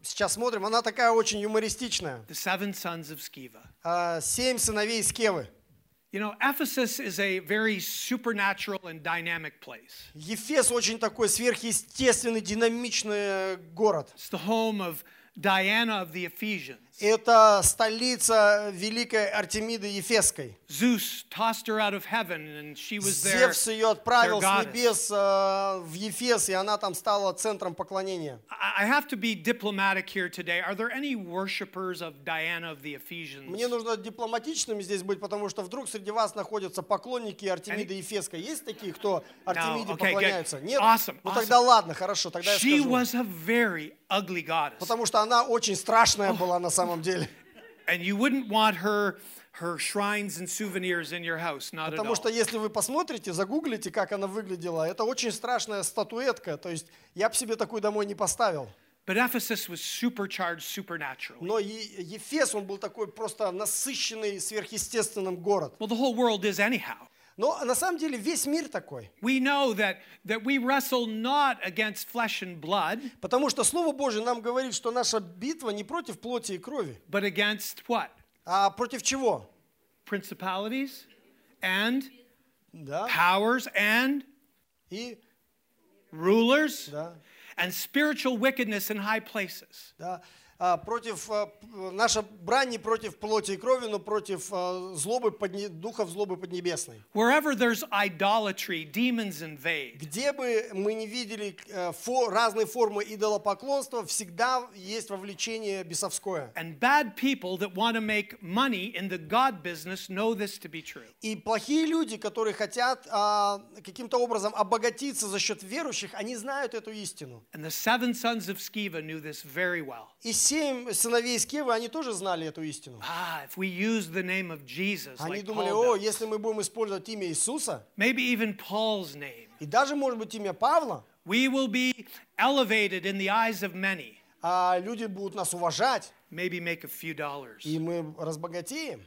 B: сейчас смотрим, она такая очень юмористичная.
A: The seven sons of Sceva.
B: А, семь сыновей Скевы.
A: You know, Ephesus is a very supernatural and dynamic place.
B: Ефес очень такой сверхъестественный, динамичный город.
A: It's the home of Diana of the Ephesians.
B: Это столица великой Артемиды Ефесской.
A: Zeus tossed her out of heaven, and she was there.
B: Зевс ее отправил
A: their
B: с
A: goddess.
B: небес э, в Ефес, и она там стала центром поклонения.
A: I I have to be diplomatic here today. Are there any worshipers of Diana of the Ephesians?
B: Мне нужно дипломатичным здесь быть, потому что вдруг среди вас находятся поклонники Артемиды Ефеской. Есть такие, кто Артемиде
A: okay, good.
B: поклоняются? Нет?
A: Awesome,
B: ну
A: awesome.
B: тогда ладно, хорошо, тогда я
A: She
B: скажу.
A: was a very ugly goddess,
B: Потому что она очень страшная была на самом деле.
A: and you wouldn't want her her shrines and souvenirs in your house, not at
B: Потому что
A: all.
B: если вы посмотрите, загуглите, как она выглядела, это очень страшная статуэтка. То есть я бы себе такую домой не поставил.
A: But Ephesus was supercharged supernaturally.
B: Но Е- Ефес, он был такой просто насыщенный сверхъестественным город.
A: Well, the whole world is anyhow.
B: Но на самом деле весь мир такой.
A: We know that that we wrestle not against flesh and blood,
B: Потому что Слово Божье нам говорит, что наша битва не против плоти и крови,
A: but against what?
B: а против чего?
A: Principalities and
B: Да,
A: powers and
B: и
A: rulers
B: да,
A: and spiritual wickedness in high places.
B: да. А, против, а, п- наша брань не против плоти и крови, но против а, злобы, подне- духов злобы поднебесной.
A: Wherever there's idolatry, demons invade.
B: Где бы мы не видели э, фо- разные формы идолопоклонства, всегда есть вовлечение бесовское.
A: And bad people that want to make money in the God business know this to be true.
B: И плохие люди, которые хотят а, каким-то образом обогатиться за счет верующих, они знают эту истину.
A: And the seven sons of Sceva knew this very well.
B: И семь сыновей Скевы, они тоже знали эту истину.
A: Ah, if we use the name of Jesus,
B: Они
A: like oh,
B: думали,
A: Paul
B: о,
A: does,
B: если мы будем использовать имя Иисуса,
A: maybe even Paul's name,
B: и даже, может быть, имя Павла,
A: we will be elevated in the eyes of many,
B: а, люди будут нас уважать,
A: maybe make a few dollars.
B: и мы разбогатеем.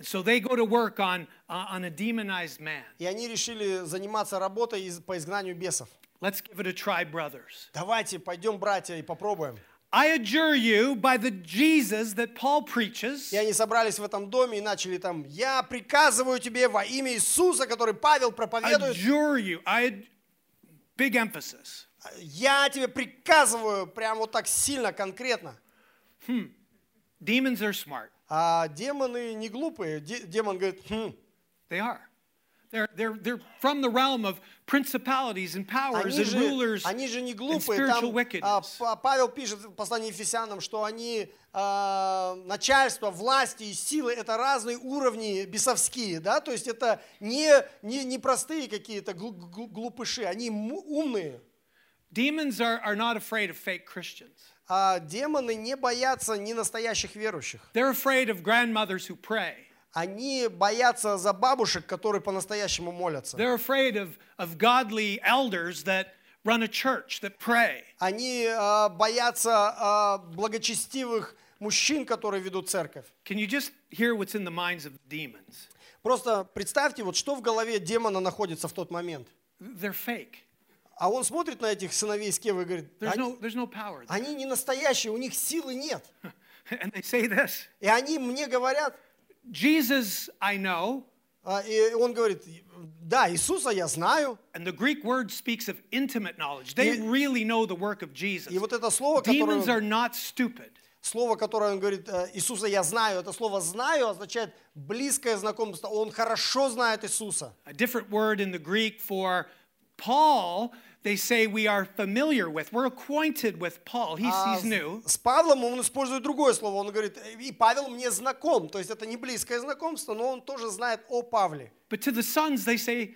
A: And so they go to work on, uh, on a demonized man.
B: И они решили заниматься работой из- по изгнанию бесов.
A: Let's give it a try, brothers.
B: Давайте пойдем, братья, и попробуем.
A: I adjure you by the Jesus that Paul preaches
B: И они собрались в этом доме и начали там, я приказываю тебе во имя Иисуса, который Павел проповедует,
A: adjure you. I ad- big emphasis.
B: я тебе приказываю прям вот так сильно, конкретно.
A: Demons are smart.
B: А демоны не глупые. Де- Демон говорит, «Хм,
A: They are. They're, they're, they're from the realm of principalities and powers
B: они,
A: and
B: же,
A: rulers
B: они же не
A: and
B: глупые. Там,
A: spiritual
B: а,
A: wickedness.
B: Па- Павел пишет в послании Ефесянам, что они, а, начальство, власти и силы, это разные уровни бесовские, да, то есть это не, не, не простые какие-то глу- глу- глупыши, они му- умные.
A: Demons are, are not afraid of fake Christians.
B: А демоны не боятся ни настоящих верующих.
A: They're afraid of grandmothers who pray.
B: Они боятся за бабушек, которые по-настоящему молятся.
A: They're afraid of, of godly elders that run a church, that pray.
B: Они а, боятся а, благочестивых мужчин, которые ведут церковь.
A: Can you just hear what's in the minds of demons?
B: Просто представьте, вот что в голове демона находится в тот момент.
A: They're fake.
B: А он смотрит на этих сыновей Скевы и говорит,
A: There's
B: они,
A: no, there's no power. there.
B: они не настоящие, у них силы нет.
A: And they say this
B: И они мне говорят,
A: Jesus, I know,
B: а, и он говорит, да, Иисуса я знаю.
A: and the Greek word speaks of intimate knowledge. They
B: И-
A: really know the work of Jesus.
B: И вот это слово, которое,
A: Demons are
B: он-
A: not stupid.
B: слово, которое он говорит, э, Иисуса я знаю, это слово знаю означает близкое знакомство. Он хорошо знает Иисуса.
A: A different word in the Greek for Paul, they say we are familiar with, we're acquainted with Paul. He's,
B: А
A: he's new.
B: С Павлом он использует другое слово. Он говорит, и Павел мне знаком. То есть это не близкое знакомство, но он тоже знает о Павле.
A: But to the sons, they say,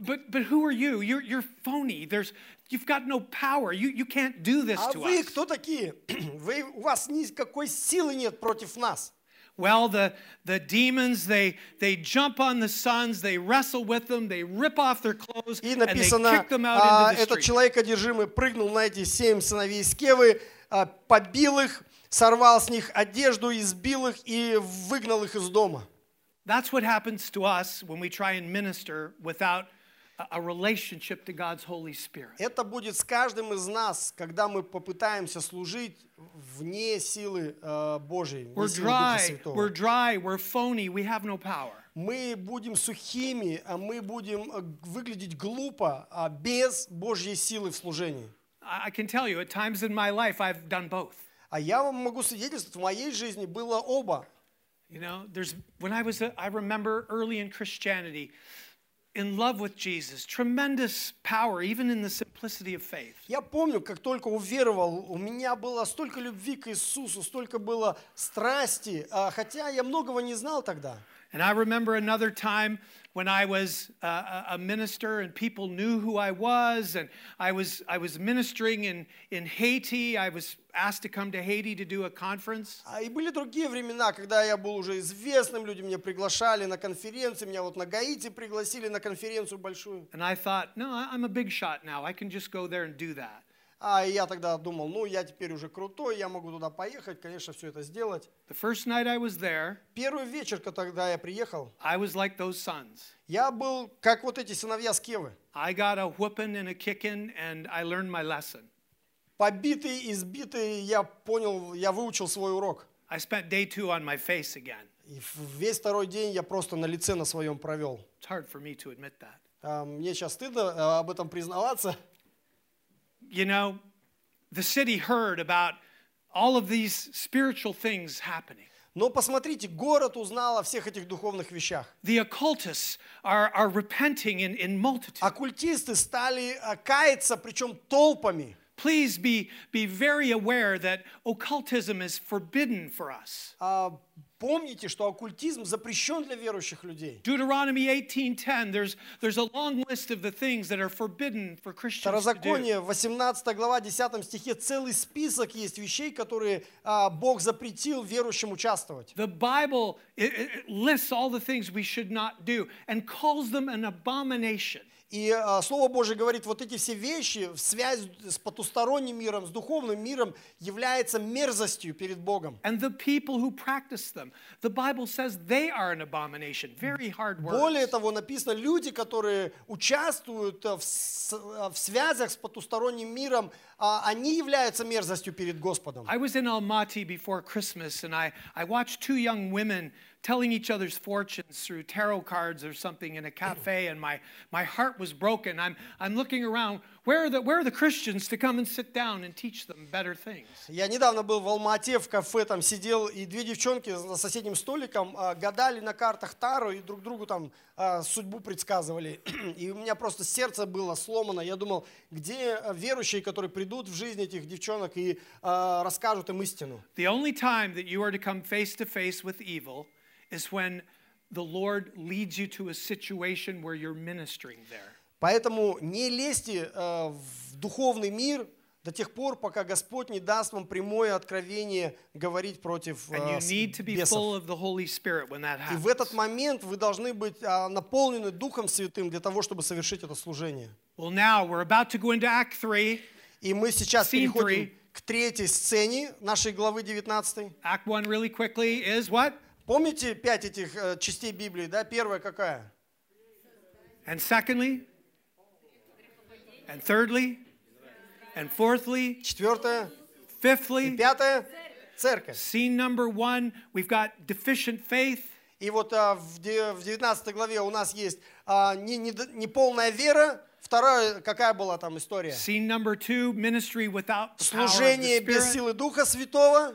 A: but, but who are you? You're, you're phony. There's, you've got no power. You, you can't do this
B: А
A: to
B: вы
A: us.
B: кто такие? Вы, у вас никакой силы нет против нас.
A: Well, the, the demons, they, they jump on the sons, they wrestle with them, they rip off their clothes,
B: И
A: and they
B: написано,
A: kick them out
B: а,
A: into the
B: этот
A: street.
B: человек одержимый прыгнул на эти семь сыновей Скевы, а, побил их, сорвал с них одежду, избил их и выгнал их из дома.
A: That's what happens to us when we try and minister without a, a relationship to God's Holy Spirit.
B: Это будет с каждым из нас, когда мы попытаемся служить вне силы э, Божьей, вне
A: We're
B: силы Духа
A: dry,
B: Святого.
A: we're dry, we're phony, we have no power.
B: Мы будем сухими, а мы будем э, выглядеть глупо, а без Божьей силы в служении.
A: I, I can tell you, at times in my life, I've done both.
B: А А я вам могу свидетельствовать, в моей жизни было оба.
A: You know, there's when I was, a, I remember early in Christianity, in love with Jesus, tremendous power, even in the simplicity of faith.
B: Я помню, как только уверовал, у меня было столько любви к Иисусу, столько было страсти, а, хотя я многого не знал тогда.
A: And I remember another time when I was uh, a- a minister and people knew who I was, and I was, I was ministering in, in Haiti. I was asked to come to Haiti to do a conference.
B: А И были другие времена, когда я был уже известным, люди меня приглашали на конференции, меня вот на Гаити пригласили на конференцию большую.
A: And I thought, no, I- I'm a big shot now. I can just go there and do that.
B: А я тогда думал, ну я теперь уже крутой, я могу туда поехать, конечно, все это сделать.
A: The first night I was there,
B: Первый вечер, когда я приехал,
A: I was like those sons.
B: я был как вот эти сыновья Скевы,
A: I got a whooping and a kicking, and I learned my lesson.
B: побитый, избитый, я понял, я выучил свой урок.
A: I spent day two on my face again.
B: И в- весь второй день я просто на лице на своем провел.
A: It's hard for me to admit that.
B: А, Мне сейчас стыдно а, об этом признаваться.
A: You know, the city heard about all of these spiritual things happening.
B: Но посмотрите, город узнал о всех этих духовных вещах.
A: The occultists are, are repenting in, in multitude.
B: Оккультисты стали а, каяться, причем толпами.
A: Please be, be very aware that occultism is forbidden for us.
B: А, Помните, что оккультизм запрещен для верующих людей.
A: Deuteronomy 18:10, there's, there's a long list of the things that are forbidden for Christians to do.
B: Второзаконие, 18 глава, 10 стихе, целый список есть вещей, которые а, Бог запретил верующим участвовать.
A: The Bible it, it- it lists all the things we should not do and calls them an abomination.
B: И а, Слово Божье говорит, вот эти все вещи в связь с потусторонним миром, с духовным миром, является мерзостью перед Богом.
A: And the people who practice them, the Bible says they are an abomination. Very hard
B: Более
A: words.
B: того, написано, люди, которые участвуют э, в, с- э, в связях с потусторонним миром, а, они являются мерзостью перед Господом.
A: I was in Almaty before Christmas and I, I watched two young women telling each other's fortunes through tarot cards or something in a cafe, and my, my heart was broken. I'm, I'm looking around. Where are, the, where are the Christians to come and sit down and teach them better things?
B: Я недавно был в Алмате, в кафе там сидел, и две девчонки за соседним столиком а, гадали на картах Таро и друг другу там а, судьбу предсказывали. И у меня просто сердце было сломано. Я думал, где э, верующие, которые придут в жизнь этих девчонок и а, расскажут им истину.
A: The only time that you are to come face to face with evil is when the Lord leads you to a situation where you're ministering there.
B: Поэтому не лезьте э, в духовный мир до тех пор, пока Господь не даст вам прямое откровение говорить против
A: And
B: э,
A: you
B: с-
A: need to be
B: бесов.
A: full of the Holy Spirit when that
B: И в
A: happens.
B: этот момент вы должны быть а, наполнены Духом Святым для того, чтобы совершить это служение.
A: Well, now we're about to go into Act 3.
B: И мы сейчас
A: Scene
B: переходим
A: three.
B: к третьей сцене нашей главы 19.
A: Act 1, really quickly, is what?
B: Помните пять этих э, частей Библии, да? Первая какая?
A: And secondly? And thirdly? And fourthly?
B: Четвертая,
A: Fifthly?
B: пятая – церковь.
A: Scene number one, we've got deficient faith.
B: И вот а, в де- в 19 главе у нас есть а, не- не д- неполная вера, вторая, какая была там история?
A: Scene number two, ministry without the power of the
B: Служение без
A: Spirit.
B: силы Духа Святого.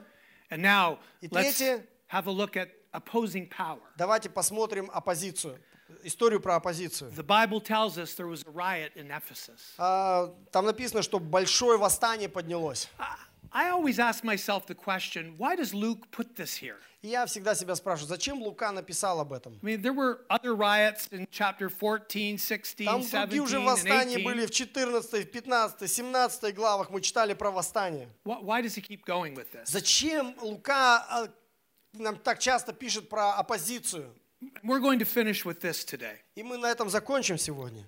A: And now
B: И
A: let's
B: третье.
A: have a look at opposing power.
B: Давайте посмотрим оппозицию, историю про оппозицию.
A: The Bible tells us there was a riot in Ephesus.
B: А, Там написано, что большое восстание поднялось.
A: I, I always ask myself the question, why does Luke put this here?
B: И я всегда себя спрашиваю, зачем Лука написал об этом?
A: I mean, there were other riots in chapter 14, 16,
B: Там
A: 17,
B: другие уже
A: and
B: восстания
A: 18.
B: были в 14, в 15, 17 главах, мы читали про восстание.
A: Why, why does he keep going with this?
B: Зачем Лука а, нам так часто пишет про оппозицию?
A: We're going to finish with this today.
B: И мы на этом закончим сегодня.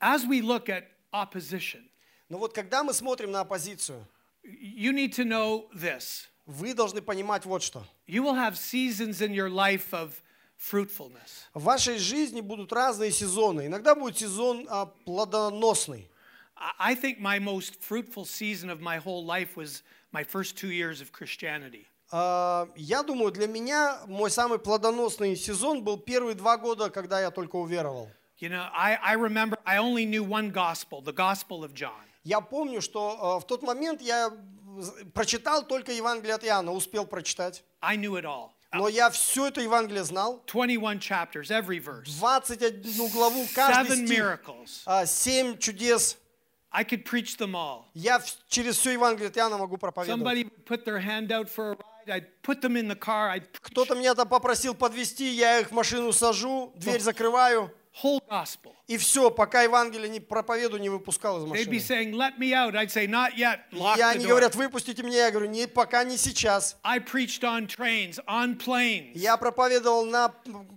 A: As we look at opposition,
B: Но вот когда мы смотрим на оппозицию,
A: you need to know this.
B: вы должны понимать вот что.
A: You will have seasons in your life of fruitfulness.
B: В вашей жизни будут разные сезоны. Иногда будет сезон а, плодоносный.
A: I I think my most fruitful season of my whole life was my first two years of Christianity.
B: А, Я думаю, для меня мой самый плодоносный сезон был первые два года, когда я только уверовал.
A: You know, I, I remember I only knew one gospel, the Gospel of John.
B: Я помню, что э, в тот а, момент я з- прочитал только Евангелие от Иоанна, успел прочитать.
A: I knew it all.
B: Но я все это Евангелие знал.
A: 21 chapters, every verse,
B: 21 главу, каждый
A: seven
B: стих,
A: miracles.
B: а, семь чудес.
A: I could preach them all.
B: Я в- через все Евангелие от Иоанна могу проповедовать.
A: Somebody would put their hand out for a ride. I'd put them in the car. I'd preach
B: Кто-то меня там попросил подвести, я их в машину сажу, дверь закрываю.
A: whole gospel.
B: И все, пока Евангелие не проповеду, не выпускал из
A: They'd be
B: машины.
A: saying, "Let me out." I'd say, "Not yet." Lock
B: И они
A: the door.
B: говорят, выпустите меня. Я говорю, не, пока не сейчас.
A: I preached on trains, on planes.
B: Я проповедовал на,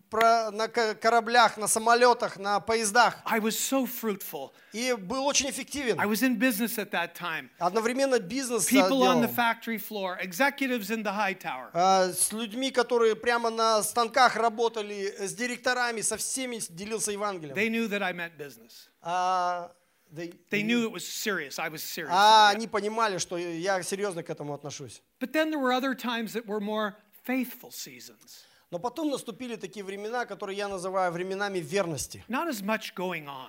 B: про- на ко- кораблях, на самолетах, на поездах.
A: I was so fruitful.
B: И был очень эффективен.
A: I was in business at that time.
B: Одновременно бизнес а,
A: People on
B: делал.
A: the factory floor, executives in the high tower.
B: А, С людьми, которые прямо на станках работали, с директорами, со всеми делился Евангелием.
A: They knew that I meant business.
B: А, they-
A: They knew it was serious. I was serious.
B: а
A: about it.
B: они понимали, что я серьезно к этому отношусь.
A: But then there were other times that were more faithful seasons.
B: Но потом наступили такие времена, которые я называю временами верности.
A: Not as much going on.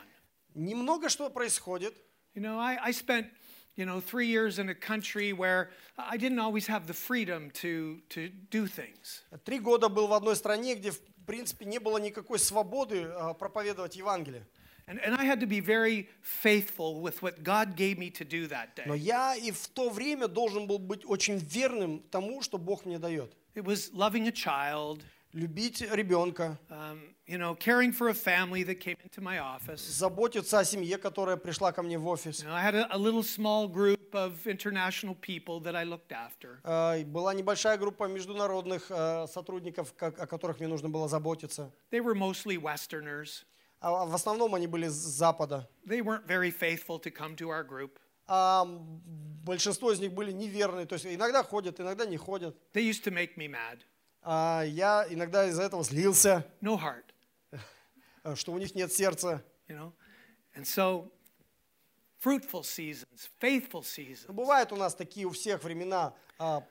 B: Немного что происходит.
A: You know, I, I spent, you know, three years in a country where I didn't always have the freedom to, to do things.
B: Три года был в одной стране, где, в принципе, не было никакой свободы а, проповедовать Евангелие.
A: And, and I had to be very faithful with what God gave me to do that
B: Но
A: day.
B: я и в то время должен был быть очень верным тому, что Бог мне дает.
A: It was loving a child,
B: Любить ребенка,
A: um, you know, caring for a family that came into my office.
B: заботиться о семье, которая prишла ко мне в офис.
A: You know, I had a, a little small group of international people that I looked after.
B: А, и Была небольшая группа международных а, сотрудников, как- о которых мне нужно было заботиться.
A: They were mostly Westerners.
B: А В основном они были с Запада.
A: They weren't very faithful to come to our group.
B: А, м, большинство из них были неверные. То есть иногда ходят, иногда не ходят.
A: They used to make me mad.
B: А я иногда из-за этого злился,
A: No heart,
B: э, что у них нет сердца.
A: you know? And so, fruitful seasons, faithful seasons.
B: Ну, Бывают у нас такие у всех времена а,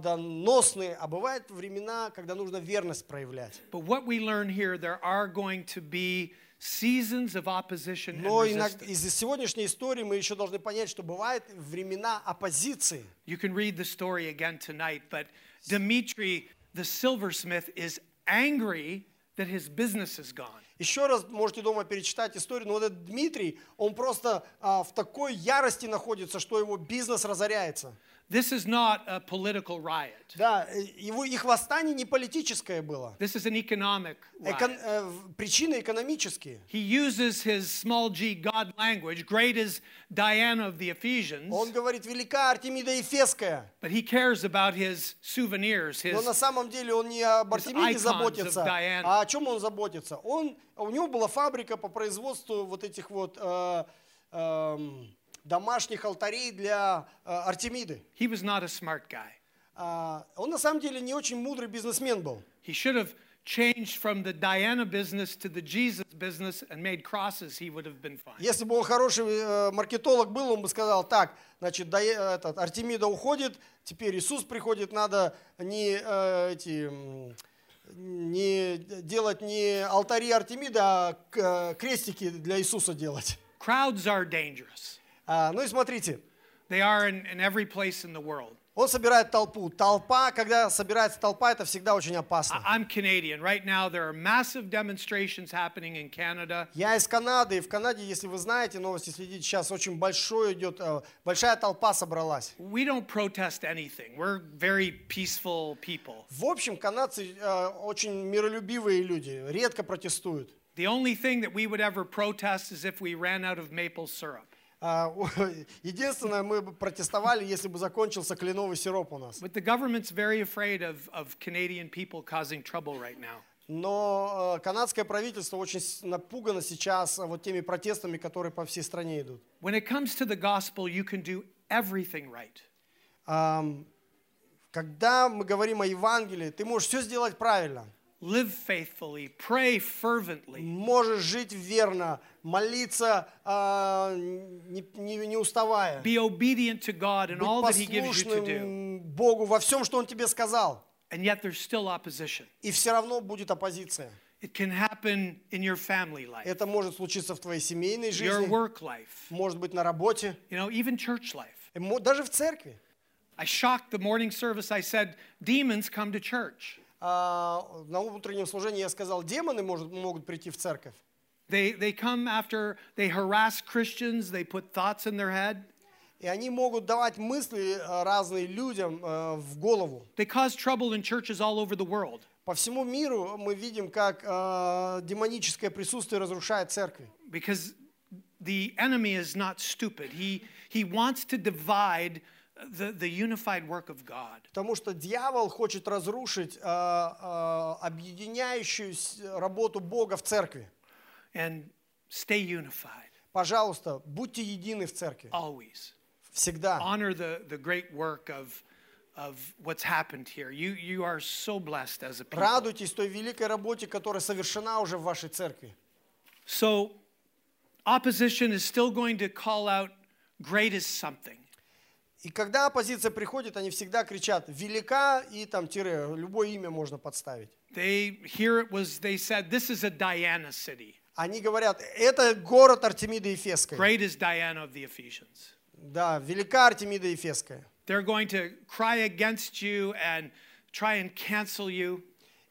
B: плодоносные, а бывают времена, когда нужно верность проявлять.
A: But what we learn here, there are going to be seasons of opposition and
B: Но иногда,
A: resistance.
B: из сегодняшней истории мы еще должны понять, что бывают времена оппозиции.
A: You can read the story again tonight, but Dimitri, the silversmith, is angry that his business is gone.
B: Еще раз можете дома перечитать историю, но вот этот Дмитрий, он просто а, в такой ярости находится, что его бизнес разоряется.
A: This is not a political riot.
B: Да, э, его, их восстание не политическое было.
A: This is an economic riot.
B: Экон- э, в- причины экономические.
A: he uses his small g God language, great as Diana of the Ephesians,
B: Он говорит, велика Артемида Ефесская.
A: but he cares about his souvenirs,
B: Но
A: his
B: на самом деле он не об Артемиде
A: icons
B: заботится,
A: of Diana.
B: а о чем он заботится? Он, у него была фабрика по производству вот этих вот э, эм, домашних алтарей для э, Артемиды.
A: he was not a smart guy.
B: А, он на самом деле не очень мудрый бизнесмен был.
A: He should have changed from the Diana business to the Jesus business and made crosses, he would have been fine.
B: Если бы он хороший э, маркетолог был, он бы сказал так, значит, да, э, этот, Артемида уходит, теперь Иисус приходит, надо не, э, эти, м, не делать не алтари Артемида, а к- э, крестики для Иисуса делать.
A: Crowds are dangerous.
B: А, ну и смотрите,
A: They are in, in every place in the world.
B: он собирает толпу. Толпа, когда собирается толпа, это всегда очень опасно.
A: I'm Canadian. Right now, there are massive demonstrations happening in Canada.
B: Я из Канады, и в Канаде, если вы знаете новости, следите, сейчас очень большой идет, э, большая толпа собралась.
A: We don't protest anything. We're very peaceful people.
B: В общем, канадцы э, очень миролюбивые люди, редко протестуют.
A: The only thing that we would ever protest is if we ran out of maple syrup.
B: А, у- единственное, мы бы протестовали, если бы закончился кленовый сироп у нас.
A: But the government's very afraid of, of Canadian people causing trouble right now.
B: Но э, канадское правительство очень с- напугано сейчас э, вот теми протестами, которые по всей стране идут.
A: When it comes to the gospel, you can do everything right.
B: Ам, когда мы говорим о Евангелии, ты можешь все сделать правильно.
A: Live faithfully, pray fervently,
B: Можешь жить верно, молиться, а, не, не- не уставая.
A: be obedient to God in all
B: Быть
A: that He gives you to do.
B: послушным Богу во всем, что Он тебе сказал.
A: And yet there's still opposition.
B: и все равно будет оппозиция.
A: It can happen in your family life,
B: Это может случиться в твоей семейной
A: your
B: жизни,
A: work life,
B: может быть на работе,
A: you know, even church life.
B: и мо- даже в церкви.
A: I shocked the morning service. I said, Demons come to church.
B: А, на утреннем служении я сказал, демоны может- могут прийти в церковь.
A: They, they come after, they harass Christians, they put thoughts in their head,
B: И они могут давать мысли э, разные людям э, в голову.
A: they cause trouble in churches all over the world.
B: По всему миру мы видим, как э, демоническое присутствие разрушает церкви.
A: because the enemy is not stupid. He, he wants to divide the, the unified work of God.
B: Потому что дьявол хочет разрушить э, э, объединяющую с- работу Бога в церкви.
A: And stay unified,
B: Пожалуйста, будьте едины в церкви.
A: always.
B: Всегда.
A: Honor the, the great work of, of what's happened here. You, you are so blessed as a people.
B: Радуйтесь той великой работе, которая совершена уже в вашей церкви.
A: So, opposition is still going to call out, Great is something.
B: И когда оппозиция приходит, они всегда кричат «велика» и там тире, любое имя можно подставить.
A: They, here it was, they said, This is a Diana city.
B: Они говорят, это город Артемида Ефесской.
A: Great is Diana of the Ephesians.
B: Да, велика Артемида Ефесская.
A: They're going to cry against you and try and cancel you.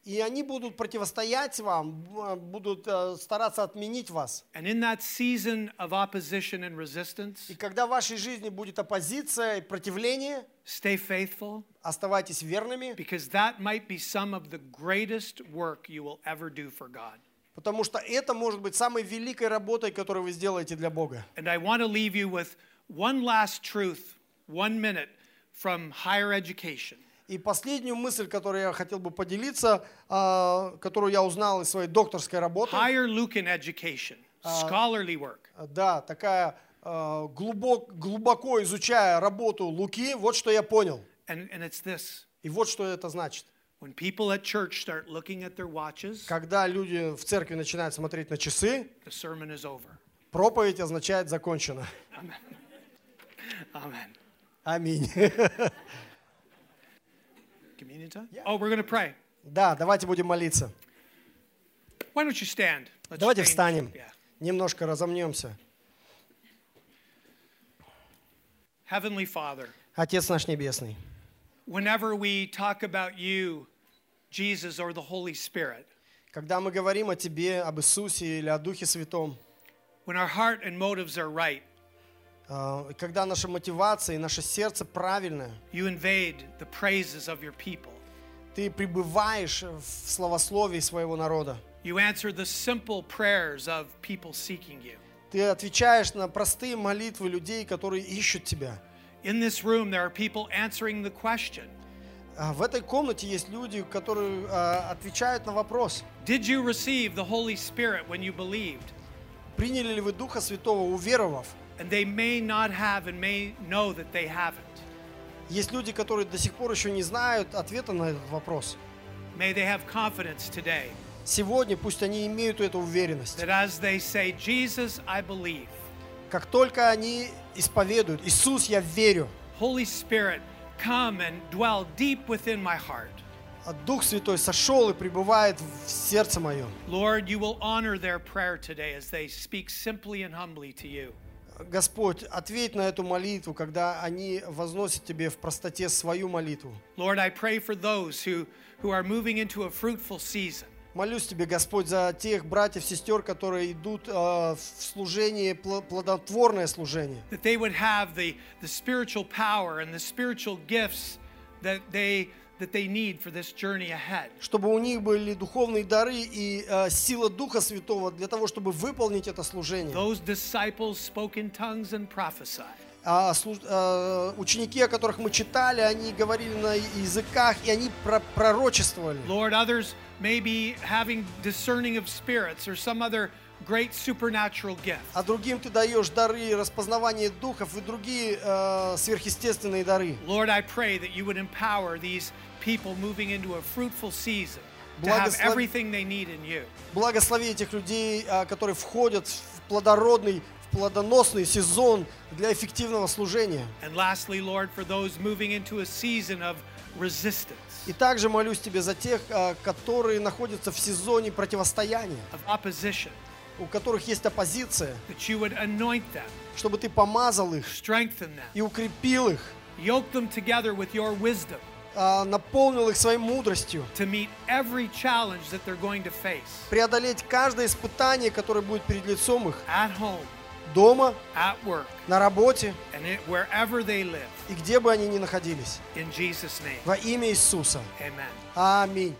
B: И они будут противостоять вам, б- будут э, стараться отменить вас.
A: And in that season of opposition and resistance,
B: И когда в вашей жизни будет оппозиция и противление,
A: stay faithful
B: оставайтесь верными,
A: because that might be some of the greatest work you will ever do for God.
B: потому что это может быть самой великой работой, которую вы сделаете для Бога.
A: And I want to leave you with one last truth, one minute from higher education.
B: И последнюю мысль, которую я хотел бы поделиться, а, которую я узнал из своей докторской работы.
A: Higher Lucan education,
B: Uh,
A: scholarly work.
B: Да, такая а, глубок, глубоко изучая работу Луки, вот что я понял.
A: And, and it's this
B: И вот что это значит.
A: when people at church start looking at their watches,
B: Когда люди в церкви начинают смотреть на часы,
A: the sermon is over.
B: проповедь означает закончено.
A: Amen.
B: Аминь.
A: Communion time? Oh, we're going to pray.
B: Да, давайте будем молиться.
A: Why don't you stand? Let's
B: Давайте
A: change.
B: встанем,
A: Yeah.
B: немножко разомнемся.
A: Heavenly Father,
B: Отец наш Небесный,
A: whenever we talk about you, Jesus, or the Holy Spirit,
B: когда мы говорим о Тебе, об Иисусе или о Духе Святом,
A: when our heart and motives are right,
B: а, когда наша мотивация и наше сердце правильное,
A: you invade the praises of your people.
B: Ты пребываешь в словословии своего народа.
A: You answer the simple prayers of people seeking you.
B: Ты отвечаешь на простые молитвы людей, которые ищут Тебя.
A: In this room, there are people answering the question
B: А В этой комнате есть люди, которые а, отвечают на вопрос,
A: Did you receive the Holy Spirit when you believed?
B: приняли ли вы Духа Святого, уверовав.
A: And they may not have and may know that they haven't.
B: Есть люди, которые до сих пор еще не знают ответа на этот вопрос.
A: May they have confidence today
B: Сегодня пусть они имеют эту уверенность.
A: that as they say, Jesus, I believe,
B: Как только они исповедуют, Иисус, я верю,
A: Holy Spirit, come and dwell deep within my heart.
B: а Дух Святой сошел и пребывает в сердце моем.
A: Lord, you will honor their prayer today as they speak simply and humbly to you.
B: Господь, ответь на эту молитву, когда они возносят Тебе в простоте свою молитву.
A: Lord, I pray for those who, who are moving into a fruitful season.
B: Молюсь Тебе, Господь, за тех братьев, сестер, которые идут э, в служение, пло- плодотворное служение.
A: that they would have the, the spiritual power and the spiritual gifts that they, that they need for this journey ahead.
B: Чтобы у них были духовные дары и э, сила Духа Святого для того, чтобы выполнить это служение.
A: Those disciples spoke in tongues and prophesied.
B: А слу- э, ученики, о которых мы читали, они говорили на языках, и они про- пророчествовали.
A: Lord, others may be having discerning of spirits or some other great supernatural gift.
B: А другим ты даешь дары распознавания духов и другие э, сверхъестественные дары.
A: Lord, I pray that you would empower these people moving into a fruitful season to have
B: Благослови-
A: everything they need in you.
B: Благослови этих людей, а, которые входят в плодородный, в плодоносный сезон для эффективного служения.
A: And lastly, Lord, for those moving into a season of resistance,
B: И также молюсь тебе за тех, а, которые находятся в сезоне противостояния,
A: of opposition,
B: у которых есть оппозиция,
A: that you would anoint them,
B: чтобы ты помазал их
A: strengthen them,
B: и укрепил их,
A: yoke them together with your wisdom
B: а, наполнил их своей мудростью,
A: to meet every challenge that they're going to face
B: преодолеть каждое испытание, которое будет перед лицом их,
A: at home,
B: дома,
A: at work,
B: на работе
A: and it, wherever they live.
B: и где бы они ни находились.
A: In Jesus' name,
B: Во имя Иисуса.
A: amen.
B: Аминь.